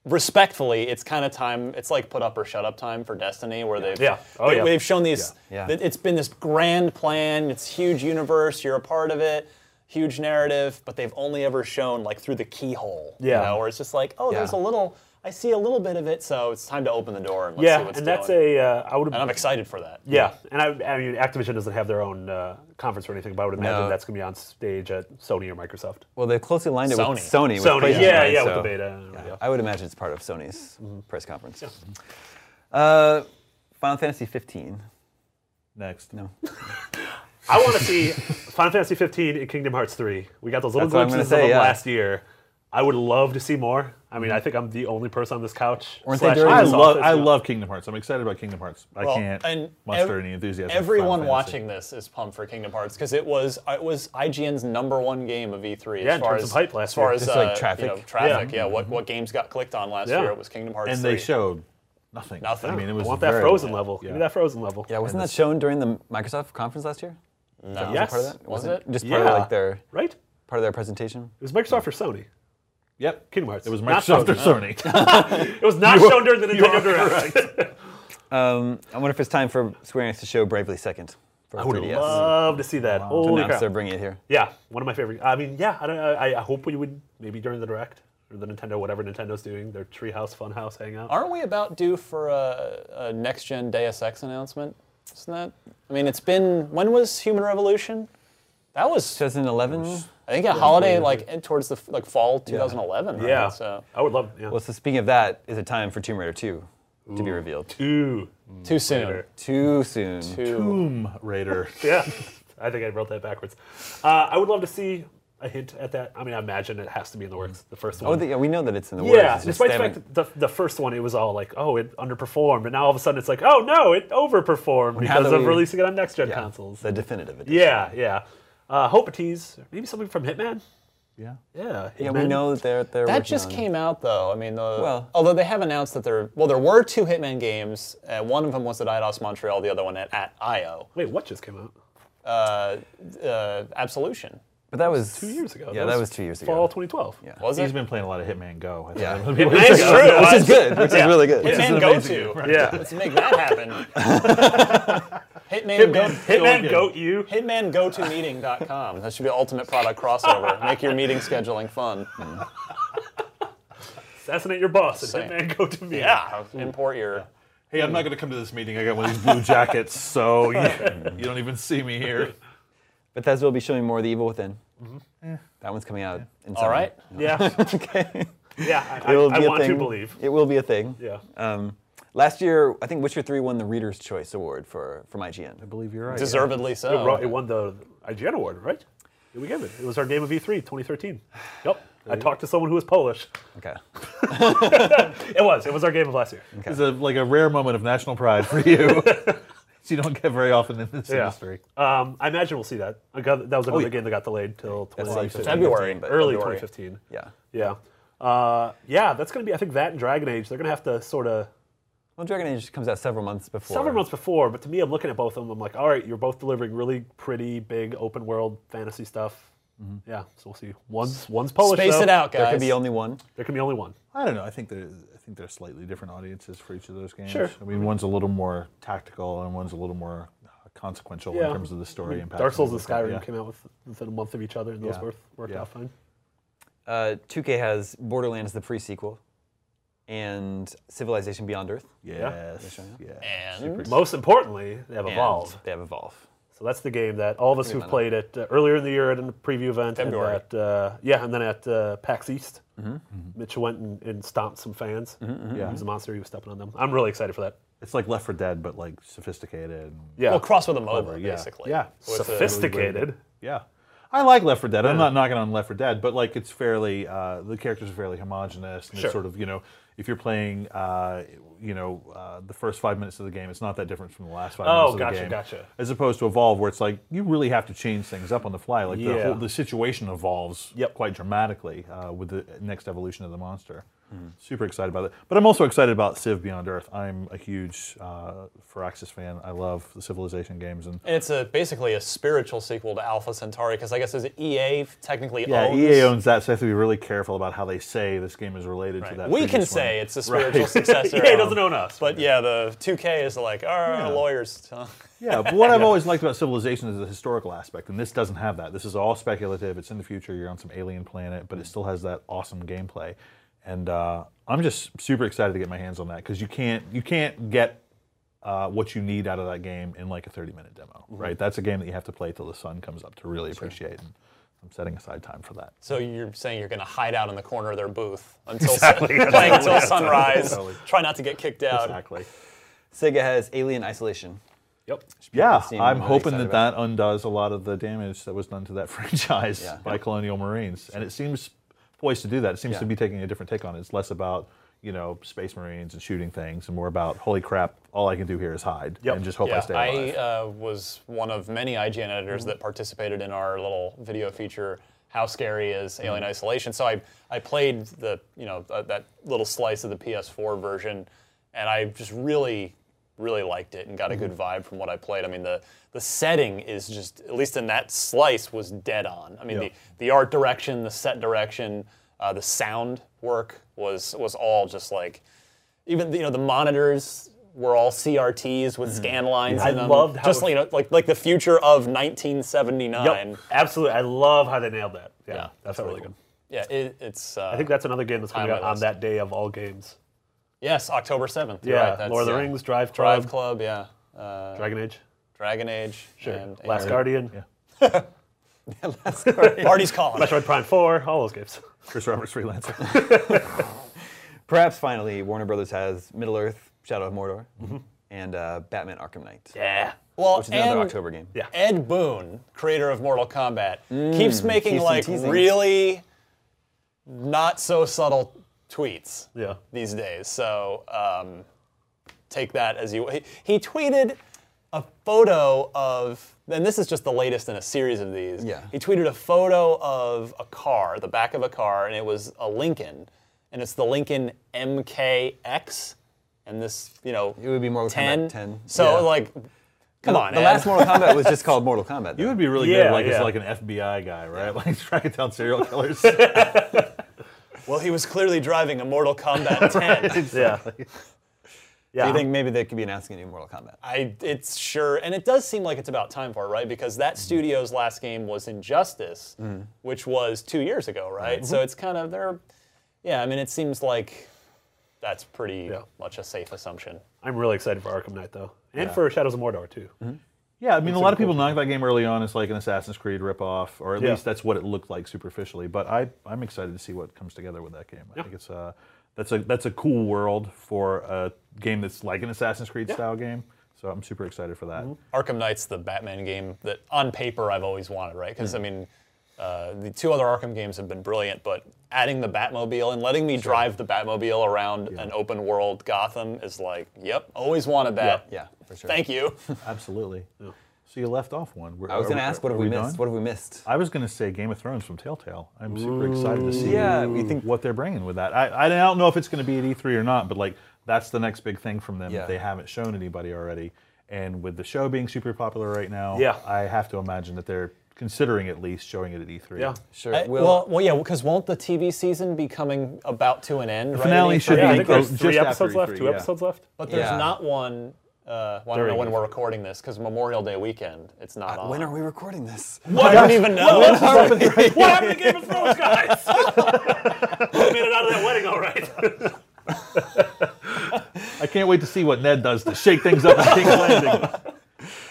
Speaker 5: respectfully, it's kind of time. It's like put up or shut up time for Destiny, where they've
Speaker 9: Yeah. Oh,
Speaker 5: they,
Speaker 9: yeah.
Speaker 5: have shown these.
Speaker 9: Yeah. Yeah.
Speaker 5: that It's been this grand plan. It's huge universe. You're a part of it. Huge narrative, but they've only ever shown like through the keyhole.
Speaker 9: Yeah.
Speaker 5: You know, where it's just like, oh, there's a
Speaker 9: Yeah.
Speaker 5: little. I see a little bit of it, so it's time to open the door and let's
Speaker 9: yeah,
Speaker 5: see what's
Speaker 9: and that's
Speaker 5: doing.
Speaker 9: a. Uh, I would. And
Speaker 5: I'm excited for that.
Speaker 9: Yeah, and I, I mean, Activision doesn't have their own uh, conference or anything, but I would imagine
Speaker 7: No.
Speaker 9: that's going to be on stage at Sony or Microsoft.
Speaker 7: Well, they've closely lined it with Sony.
Speaker 9: Sony.
Speaker 7: With
Speaker 9: Sony,
Speaker 7: PlayStation,
Speaker 9: yeah,
Speaker 7: right?
Speaker 9: yeah, with
Speaker 7: So,
Speaker 9: the beta.
Speaker 7: yeah,
Speaker 9: yeah.
Speaker 7: I would imagine it's part of Sony's press conference. Uh, Final Fantasy 15.
Speaker 13: Next.
Speaker 7: No.
Speaker 9: I want to see Final Fantasy 15 and Kingdom Hearts 3. We got those little
Speaker 7: That's what I'm
Speaker 9: glimpses
Speaker 7: gonna say,
Speaker 9: of them
Speaker 7: yeah.
Speaker 9: last year. I would love to see more. I mean, I think I'm the only person on this couch.
Speaker 13: Weren't
Speaker 9: slash
Speaker 13: they
Speaker 9: on
Speaker 13: I
Speaker 9: this
Speaker 13: love,
Speaker 9: office
Speaker 13: I
Speaker 9: who-
Speaker 13: love Kingdom Hearts. I'm excited about Kingdom Hearts. I
Speaker 5: Well,
Speaker 13: can't
Speaker 5: and
Speaker 13: muster
Speaker 5: ev-
Speaker 13: any enthusiasm. for
Speaker 5: Everyone
Speaker 13: Final Fantasy.
Speaker 5: watching this is pumped for Kingdom Hearts because it was it was IGN's number one game of E3
Speaker 13: Yeah,
Speaker 5: as
Speaker 13: in
Speaker 5: far
Speaker 13: terms
Speaker 5: as
Speaker 13: of hype last
Speaker 5: as far
Speaker 13: year.
Speaker 5: as
Speaker 13: Just like
Speaker 5: uh, you
Speaker 13: traffic.
Speaker 5: know, traffic,
Speaker 13: Yeah.
Speaker 5: yeah. What what games got clicked on last
Speaker 13: Yeah.
Speaker 5: year? It was Kingdom Hearts.
Speaker 13: And
Speaker 5: 3.
Speaker 13: they showed nothing.
Speaker 5: Nothing.
Speaker 13: I mean, it
Speaker 5: I
Speaker 13: was
Speaker 5: want that
Speaker 13: very
Speaker 5: Frozen
Speaker 13: little.
Speaker 5: level.
Speaker 13: Yeah.
Speaker 9: Give me that Frozen level.
Speaker 7: Yeah, wasn't that shown during the Microsoft conference last year?
Speaker 9: No.
Speaker 7: Was that
Speaker 9: Yes.
Speaker 7: part of that?
Speaker 9: Was
Speaker 7: Wasn't
Speaker 9: it?
Speaker 7: Just part of
Speaker 9: Yeah.
Speaker 7: like their
Speaker 9: right
Speaker 7: part of their presentation.
Speaker 9: It was Microsoft or Sony.
Speaker 13: Yep.
Speaker 9: Kingdom Hearts.
Speaker 13: It was
Speaker 9: Not
Speaker 13: Microsoft or
Speaker 9: Sony.
Speaker 13: Sony.
Speaker 9: it was not
Speaker 13: You are-
Speaker 9: shown during the
Speaker 13: you
Speaker 9: Nintendo
Speaker 13: are
Speaker 9: Direct.
Speaker 7: Um, I wonder if it's time for Square Enix to show Bravely Second. For
Speaker 9: I would
Speaker 7: 3DS.
Speaker 9: love to see that.
Speaker 7: to
Speaker 9: Holy
Speaker 7: announce
Speaker 9: crap.
Speaker 7: they're bringing it here.
Speaker 9: Yeah, one of my favorite. I mean, yeah, I don't. I, I hope we would maybe during the direct or the Nintendo, whatever Nintendo's doing, their Treehouse Funhouse hangout.
Speaker 5: Aren't we about due for a, a next gen Deus Ex announcement? Isn't that? I mean, it's been when was Human Revolution? That was
Speaker 7: 2011.
Speaker 5: I think a holiday like eh, towards the f- like fall 2011. right?
Speaker 7: Yeah.
Speaker 5: So
Speaker 9: I would love. Yeah.
Speaker 7: Well, so speaking of that, is it time for Tomb Raider 2 to be revealed?
Speaker 9: Too.
Speaker 5: Too soon.
Speaker 7: Too soon.
Speaker 5: Too- Tomb
Speaker 13: Raider.
Speaker 9: yeah, I think I wrote that backwards. Uh, I would love to see. a hint at that? I mean, I imagine it has to be in the works. The first
Speaker 7: Oh,
Speaker 9: one.
Speaker 7: the, yeah, we know that it's in the works.
Speaker 9: yeah,
Speaker 7: it's just
Speaker 9: despite
Speaker 7: they
Speaker 9: the
Speaker 7: haven't-
Speaker 9: fact that the, the first one, it was all like, oh, it underperformed, and now all of a sudden it's like, oh no, it overperformed
Speaker 7: How
Speaker 9: because
Speaker 7: do
Speaker 9: of
Speaker 7: we-
Speaker 9: releasing it on next gen consoles.
Speaker 7: The definitive edition.
Speaker 9: Yeah, yeah. Uh, hope a tease, maybe something from Hitman.
Speaker 13: Yeah.
Speaker 9: Yeah.
Speaker 7: Yeah, we
Speaker 9: Hitman.
Speaker 7: know that they're they're.
Speaker 9: That
Speaker 7: working
Speaker 9: just
Speaker 7: on-
Speaker 9: came
Speaker 5: came out though. I mean, the,
Speaker 7: Well-
Speaker 5: although they have announced that there, well, there were two Hitman games. Uh, one of them was at IDOS Montreal. The other one at, at IO.
Speaker 9: Wait, what just came out?
Speaker 5: Uh, uh, Absolution.
Speaker 7: But that was
Speaker 9: two years ago.
Speaker 7: Yeah, that was two years ago.
Speaker 9: Fall 2012. Yeah.
Speaker 5: Was
Speaker 13: He's
Speaker 5: it?
Speaker 13: been playing a lot of Hitman Go. I think.
Speaker 7: Yeah.
Speaker 13: Which
Speaker 7: Hitman
Speaker 13: is-
Speaker 7: Go,
Speaker 13: which
Speaker 7: that's-
Speaker 13: is good, which
Speaker 7: yeah.
Speaker 13: is really good.
Speaker 7: Which is
Speaker 5: Hitman
Speaker 7: an
Speaker 5: Go
Speaker 7: amazing
Speaker 5: to.
Speaker 7: game.
Speaker 9: Yeah.
Speaker 5: Let's make that happen. Hitman,
Speaker 9: Hitman-
Speaker 5: Go,
Speaker 9: Hitman Goat you.
Speaker 5: Hitman Go to meeting.com. That should be ultimate product crossover. Make your meeting scheduling fun.
Speaker 7: Mm.
Speaker 9: Assassinate your boss and
Speaker 5: Same.
Speaker 9: Hitman go to me.
Speaker 5: Yeah. Import your.
Speaker 13: Hey, I'm not going to come to this meeting. I got one of these blue jackets,
Speaker 5: Oh,
Speaker 13: so you, Oh, you don't even see me here.
Speaker 7: Bethesda will be showing more of The Evil Within.
Speaker 13: Mhm.
Speaker 7: That one's coming out. In
Speaker 13: All
Speaker 7: summer.
Speaker 13: right.
Speaker 7: No.
Speaker 9: Mm-hmm. Yeah.
Speaker 7: okay.
Speaker 9: Yeah, I-
Speaker 7: It will
Speaker 9: I- I
Speaker 7: be a
Speaker 9: want to
Speaker 7: thing.
Speaker 9: believe.
Speaker 7: It will be a thing.
Speaker 9: Yeah.
Speaker 7: Um, last year, I think Witcher 3 won the Reader's Choice Award for from IGN. I
Speaker 13: believe you're right.
Speaker 5: Deservedly so.
Speaker 9: It, ro- it won the IGN award, right? We gave it. It was our game of E E3 2013. Yep. I talked to someone who was Polish.
Speaker 7: Okay.
Speaker 9: it was. It was our game of last year.
Speaker 13: It's a, like a rare moment of national pride for you. you don't get very often in this industry.
Speaker 9: Um, I imagine we'll see that. I got- that was another
Speaker 13: yeah.
Speaker 9: game that got delayed till
Speaker 13: That's
Speaker 9: 2015.
Speaker 13: like February, but
Speaker 9: early
Speaker 13: February.
Speaker 9: 2015.
Speaker 7: Yeah.
Speaker 9: Yeah. Uh, yeah, that's going to be, I think, that and Dragon Age. They're going to have to sort of.
Speaker 7: Well, Dragon Age comes out several months before.
Speaker 9: Several months before, but to me, I'm looking at both of them. I'm like, all right, you're both delivering really pretty, big, open world fantasy stuff.
Speaker 13: Mm-hmm.
Speaker 9: Yeah, so we'll see. One's one's Polish. though.
Speaker 7: There could be only one.
Speaker 9: There can be only one.
Speaker 13: I don't know. I think there, I think there are slightly different audiences for each of those games.
Speaker 9: Sure.
Speaker 13: I mean, one's a little more tactical and one's a little more uh, consequential in terms of the story
Speaker 9: I mean,
Speaker 13: impact.
Speaker 9: Mm-hmm. Dark Souls and
Speaker 13: things like
Speaker 9: Skyrim
Speaker 13: that,
Speaker 9: came out with, within a month of each other, and those
Speaker 13: Yeah.
Speaker 9: both worked
Speaker 13: Yeah.
Speaker 9: out fine.
Speaker 7: Uh, 2K has Borderlands, the pre sequel, and Civilization Beyond Earth.
Speaker 9: Yes,
Speaker 13: Yeah.
Speaker 9: And most importantly, they have
Speaker 7: And
Speaker 9: Evolve.
Speaker 7: They have Evolve.
Speaker 9: So that's the game that all of us
Speaker 7: Pretty
Speaker 9: who've
Speaker 7: fun.
Speaker 9: played it uh, earlier in the year at a preview event,
Speaker 7: February.
Speaker 9: and at, uh, yeah, and then at uh, PAX East,
Speaker 13: Mm-hmm.
Speaker 7: Mhm.
Speaker 9: Mitch went and, and stomped some fans.
Speaker 13: mhm.
Speaker 9: He was a monster. He was stepping on them. I'm really excited for that.
Speaker 13: It's like Left 4 Dead, but like sophisticated. And
Speaker 9: Yeah. Well,
Speaker 5: cross with a MOBA,
Speaker 13: clever, yeah.
Speaker 5: basically.
Speaker 13: Yeah.
Speaker 5: With a-
Speaker 9: Sophisticated.
Speaker 13: Yeah. I like Left 4 Dead. I'm
Speaker 9: Yeah.
Speaker 13: not knocking on Left 4 Dead, but like it's fairly uh, the characters are fairly homogenous. And
Speaker 9: Sure.
Speaker 13: it's sort of you know if you're playing uh, you know uh, the first five minutes of the game, it's not that different from the last five
Speaker 9: Oh,
Speaker 13: minutes
Speaker 9: gotcha,
Speaker 13: of the game.
Speaker 9: gotcha.
Speaker 13: As opposed to Evolve, where it's like you really have to change things up on the fly. Like the
Speaker 9: Yeah.
Speaker 13: whole the situation evolves quite dramatically uh, with the next evolution of the monster.
Speaker 5: Mm-hmm.
Speaker 13: Super excited about it. But I'm also excited about Civ Beyond Earth. I'm a huge uh, Firaxis fan. I love the Civilization games and
Speaker 5: And it's a basically a spiritual sequel to Alpha Centauri because I guess is it EA technically
Speaker 13: Yeah,
Speaker 5: owns.
Speaker 13: EA owns that, so they have to be really careful about how they say this game is related to that.
Speaker 5: We can
Speaker 13: previous
Speaker 5: say
Speaker 13: one.
Speaker 5: it's a spiritual
Speaker 13: Right.
Speaker 5: successor. um,
Speaker 13: EA doesn't own
Speaker 9: us.
Speaker 5: But yeah, the 2K is like our,
Speaker 13: Yeah.
Speaker 5: our lawyers. Huh?
Speaker 13: Yeah, but what I've always liked about Civilization is the historical aspect, and this doesn't have that. This is all speculative. It's in the future. You're on some alien planet, but it still has that awesome gameplay. And uh, I'm just super excited to get my hands on that because you can't you can't get uh, what you need out of that game in like a 30 minute demo, right? That's a game that you have to play till the sun comes up to really appreciate. And I'm setting aside time for that.
Speaker 5: So you're saying you're going to hide out in the corner of their booth until
Speaker 13: Exactly.
Speaker 5: sun, playing until
Speaker 13: Totally.
Speaker 5: sunrise.
Speaker 13: Totally.
Speaker 5: Try not to get kicked out.
Speaker 13: Exactly.
Speaker 7: Sega has Alien Isolation.
Speaker 9: Yep.
Speaker 13: Yeah,
Speaker 7: Steam,
Speaker 13: I'm
Speaker 7: really
Speaker 13: hoping
Speaker 7: excited
Speaker 13: that that undoes a lot of the damage that was done to that franchise
Speaker 7: Yeah.
Speaker 13: by Colonial Marines, and it seems poised to do that. It seems
Speaker 7: Yeah.
Speaker 13: to be taking a different take on it. It's less about you know Space Marines and shooting things, and more about holy crap, all I can do here is hide and just hope I
Speaker 5: Yeah,
Speaker 13: stay alive.
Speaker 5: uh, was one of many IGN editors that participated in our little video feature. How scary is
Speaker 13: Mm-hmm.
Speaker 5: Alien Isolation? So I, I played the you know uh, that little slice of the PS4 version, and I just really really liked it and got a good
Speaker 13: Mm-hmm.
Speaker 5: vibe from what I played. I mean the the setting is just at least in that slice was dead on. I mean
Speaker 9: Yeah.
Speaker 5: the the art direction, the set direction, uh, the sound work was was all just like even you know the monitors were all CRTs with scan lines
Speaker 9: Yeah.
Speaker 5: in
Speaker 9: Mm-hmm. I
Speaker 5: them.
Speaker 9: loved how-
Speaker 5: just you know, like like the future of 1979.
Speaker 9: Yep. Absolutely. I love how they nailed that. Yeah. that's really good.
Speaker 5: Yeah, it, it's. Uh,
Speaker 9: I think that's another game that's coming
Speaker 5: high
Speaker 9: out
Speaker 5: on my
Speaker 9: on
Speaker 5: list.
Speaker 9: that day of all games.
Speaker 5: yes, October 7th. you're
Speaker 9: Yeah,
Speaker 5: right, that's,
Speaker 9: Lord of the
Speaker 5: yeah.
Speaker 9: Rings, Drive
Speaker 5: Drive
Speaker 9: Club,
Speaker 5: Club, yeah. Uh,
Speaker 9: Dragon Age.
Speaker 5: Dragon Age.
Speaker 9: Sure.
Speaker 5: and-
Speaker 9: Last
Speaker 5: and-
Speaker 9: Guardian. Yeah.
Speaker 7: uh,
Speaker 5: Last Guardian. Marty's calling.
Speaker 9: Metroid Prime 4, all those games.
Speaker 13: Chris Roberts freelancer.
Speaker 7: Perhaps finally, Warner Brothers has Middle Earth, Shadow of Mordor, and uh, Batman Arkham Knight.
Speaker 9: Yeah.
Speaker 5: Well,
Speaker 7: which is another
Speaker 5: and
Speaker 7: October game.
Speaker 5: Ed Boon, creator of Mortal Kombat,
Speaker 7: Mm,
Speaker 5: keeps making
Speaker 7: teasing,
Speaker 5: like
Speaker 7: teasing.
Speaker 5: really not so subtle tweets
Speaker 9: Yeah.
Speaker 5: these days. So um, take that as you. He, he tweeted a photo of, and this is just the latest in a series of these. Yeah. He tweeted a photo of a car, the back of a car, and it was a Lincoln, and it's the Lincoln MKX, and this, you know, it would be more ten. Ten. So
Speaker 7: Yeah.
Speaker 5: like, come on.
Speaker 7: The
Speaker 5: Ed.
Speaker 7: last Mortal Kombat was just called Mortal Kombat.
Speaker 13: You would be really
Speaker 5: Yeah,
Speaker 13: good, like
Speaker 5: yeah.
Speaker 13: as like an FBI guy, right? Like tracking down serial killers.
Speaker 5: Well, he was clearly driving a Mortal Kombat 10.
Speaker 7: exactly.
Speaker 5: Yeah.
Speaker 7: Do you think maybe they could be announcing a new Mortal Kombat?
Speaker 5: I, it's sure, and it does seem like it's about time for it, right? Because that
Speaker 7: Mm-hmm.
Speaker 5: studio's last game was Injustice, which was two years ago, right? So
Speaker 7: Mhm.
Speaker 5: it's kind of, they're, yeah, I mean, it seems like that's pretty much a safe assumption.
Speaker 9: I'm really excited for Arkham Knight, though. And
Speaker 13: Yeah.
Speaker 9: for Shadows of Mordor, too.
Speaker 13: Mm-hmm. Yeah, I mean,
Speaker 9: It's
Speaker 13: a lot
Speaker 9: a
Speaker 13: of people knock that game early on as like an Assassin's Creed ripoff, or at
Speaker 9: Yeah.
Speaker 13: least that's what it looked like superficially. But I, I'm excited to see what comes together with that game. I think it's a, that's a that's a cool world for a game that's like an Assassin's Creed style game. So I'm super excited for that.
Speaker 9: Mm-hmm.
Speaker 5: Arkham Knight's the Batman game that, on paper, I've always wanted, right? Because,
Speaker 7: Mm-hmm.
Speaker 5: I mean, uh, the two other Arkham games have been brilliant, but adding the Batmobile and letting me drive the Batmobile around an open world Gotham is like, yep, always wanted that.
Speaker 7: Yeah, yeah, for sure.
Speaker 5: Thank you.
Speaker 13: Absolutely. So you left off one. We're-
Speaker 7: I was
Speaker 13: are
Speaker 7: gonna
Speaker 13: we-
Speaker 7: ask, what
Speaker 13: are
Speaker 7: have we missed? What have we missed?
Speaker 13: I was going to say Game of Thrones from Telltale. I'm super excited to see.
Speaker 7: Yeah,
Speaker 13: we think what they're bringing with that. I, I don't know if it's going to be at E3 or not, but like that's the next big thing from them.
Speaker 7: Yeah.
Speaker 13: that They haven't shown anybody already, and with the show being super popular right now,
Speaker 5: Yeah.
Speaker 13: I have to imagine that they're considering at least showing it at E E3.
Speaker 5: I- well, well, yeah, because won't the TV season be coming about to an end?
Speaker 13: The
Speaker 5: right?
Speaker 13: finale
Speaker 5: Any-
Speaker 13: should Yeah, be I think there's just three after
Speaker 9: episodes left, E3, two yeah. episodes left.
Speaker 5: But there's
Speaker 9: Yeah.
Speaker 5: not one. Uh, well, I don't
Speaker 9: During
Speaker 5: know when
Speaker 9: E3.
Speaker 5: we're recording this because Memorial Day weekend, it's not on.
Speaker 7: When are we recording this?
Speaker 5: What? I don't even know.
Speaker 7: What happened?
Speaker 5: What happened to Game of Thrones, guys?
Speaker 9: we made it out of that wedding all right.
Speaker 13: I can't wait to see what Ned does to shake things up at King's Landing.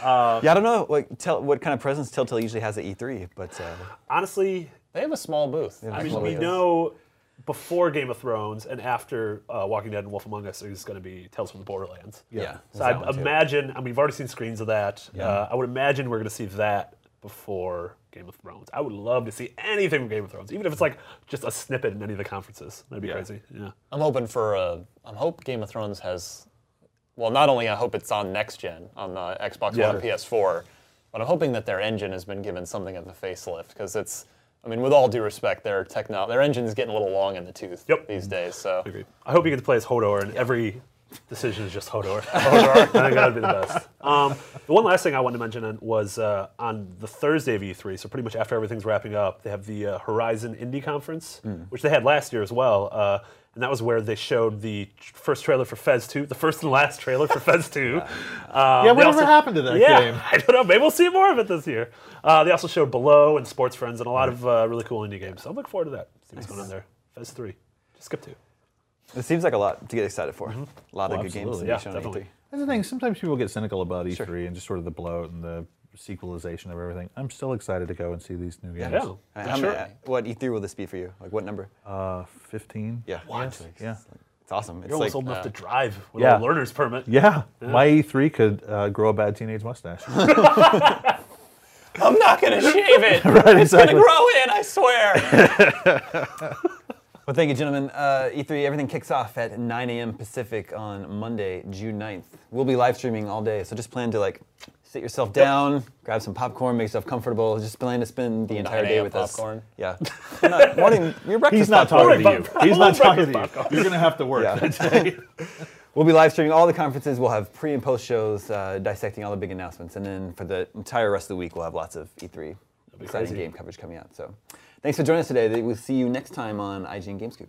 Speaker 7: Uh, yeah, I don't know what, tell, what kind of presence Telltale usually has at E3, but uh,
Speaker 9: Honestly,
Speaker 5: they have a small booth.
Speaker 7: They have a
Speaker 9: I mean,
Speaker 7: small
Speaker 9: we
Speaker 7: booth.
Speaker 9: know before Game of Thrones and after uh, Walking Dead and Wolf Among Us is going to be Tales from the Borderlands.
Speaker 7: Yeah. Yeah,
Speaker 9: So
Speaker 7: there's that
Speaker 9: I
Speaker 7: one too.
Speaker 9: imagine, and we've already seen screens of that.
Speaker 7: Yeah.
Speaker 9: Uh, I would imagine we're going to see that before Game of Thrones. I would love to see anything from Game of Thrones, even if it's like just a snippet in any of the conferences. That'd be crazy. Yeah.
Speaker 5: I'm hoping for a. I hope Game of Thrones has. Well, not only I hope it's on next gen on the Xbox
Speaker 9: Yeah.
Speaker 5: One and PS4, but I'm hoping that their engine has been given something of a facelift because it's. I mean, with all due respect, their techno their engine's getting a little long in the tooth these days. So
Speaker 9: I hope you get to play as Hodor, and every decision is just Hodor. Hodor. I think that would be the best. Um, the one last thing I wanted to mention was uh, on the Thursday of E3, so pretty much after everything's wrapping up, they have the uh, Horizon Indie Conference,
Speaker 13: Mm.
Speaker 9: which they had last year as well. Uh, and that was where they showed the tr- first trailer for Fez 2, the first and last trailer for Fez 2. Um, they
Speaker 13: whatever happened to that
Speaker 9: yeah,
Speaker 13: game?
Speaker 9: I don't know. Maybe we'll see more of it this year. Uh, they also showed Below and Sports Friends and a lot of uh, really cool indie games. So I'm looking forward to that. See what's going on there. Fez 3. Just skip 2.
Speaker 7: it seems like a lot to get excited for.
Speaker 13: Mm-hmm.
Speaker 7: A lot of good games to
Speaker 13: absolutely.
Speaker 7: be
Speaker 13: Yeah,
Speaker 7: shown
Speaker 13: definitely.
Speaker 7: at E3.
Speaker 13: That's the thing. Sometimes people get cynical about E3 and just sort of the bloat and the sequelization of everything. I'm still excited to go and see these new games.
Speaker 7: Uh, how many- uh, what E3 will this be for you? Like what number?
Speaker 13: Uh, 15.
Speaker 7: Yeah.
Speaker 13: What? Yeah.
Speaker 7: It's awesome. It's
Speaker 9: You're almost
Speaker 7: like,
Speaker 9: old enough
Speaker 7: uh,
Speaker 9: to drive with
Speaker 13: yeah.
Speaker 9: a learner's permit.
Speaker 13: Yeah. My E3 could uh, grow a bad teenage mustache.
Speaker 5: I'm not gonna shave it.
Speaker 13: Right,
Speaker 5: it's gonna
Speaker 13: exactly.
Speaker 5: grow in. I swear.
Speaker 7: Well, thank you, gentlemen. Uh, E3, everything kicks off at 9 a.m. Pacific on Monday, June 9th. We'll be live streaming all day, so just plan to like sit yourself down, grab some popcorn, make yourself comfortable. Just plan to spend the entire
Speaker 5: 9
Speaker 7: day
Speaker 5: a.m.
Speaker 7: with
Speaker 5: popcorn?
Speaker 7: us. Yeah. We're not- morning, your breakfast
Speaker 13: He's not
Speaker 7: popcorn.
Speaker 13: talking to you. He's not talking to you. You're going to have to work
Speaker 7: Yeah.
Speaker 13: that day.
Speaker 7: We'll be live streaming all the conferences. We'll have pre and post shows uh, dissecting all the big announcements. And then for the entire rest of the week, we'll have lots of E3 exciting
Speaker 5: crazy.
Speaker 7: game coverage coming out. So thanks for joining us today. We'll see you next time on IGN Gamescoop.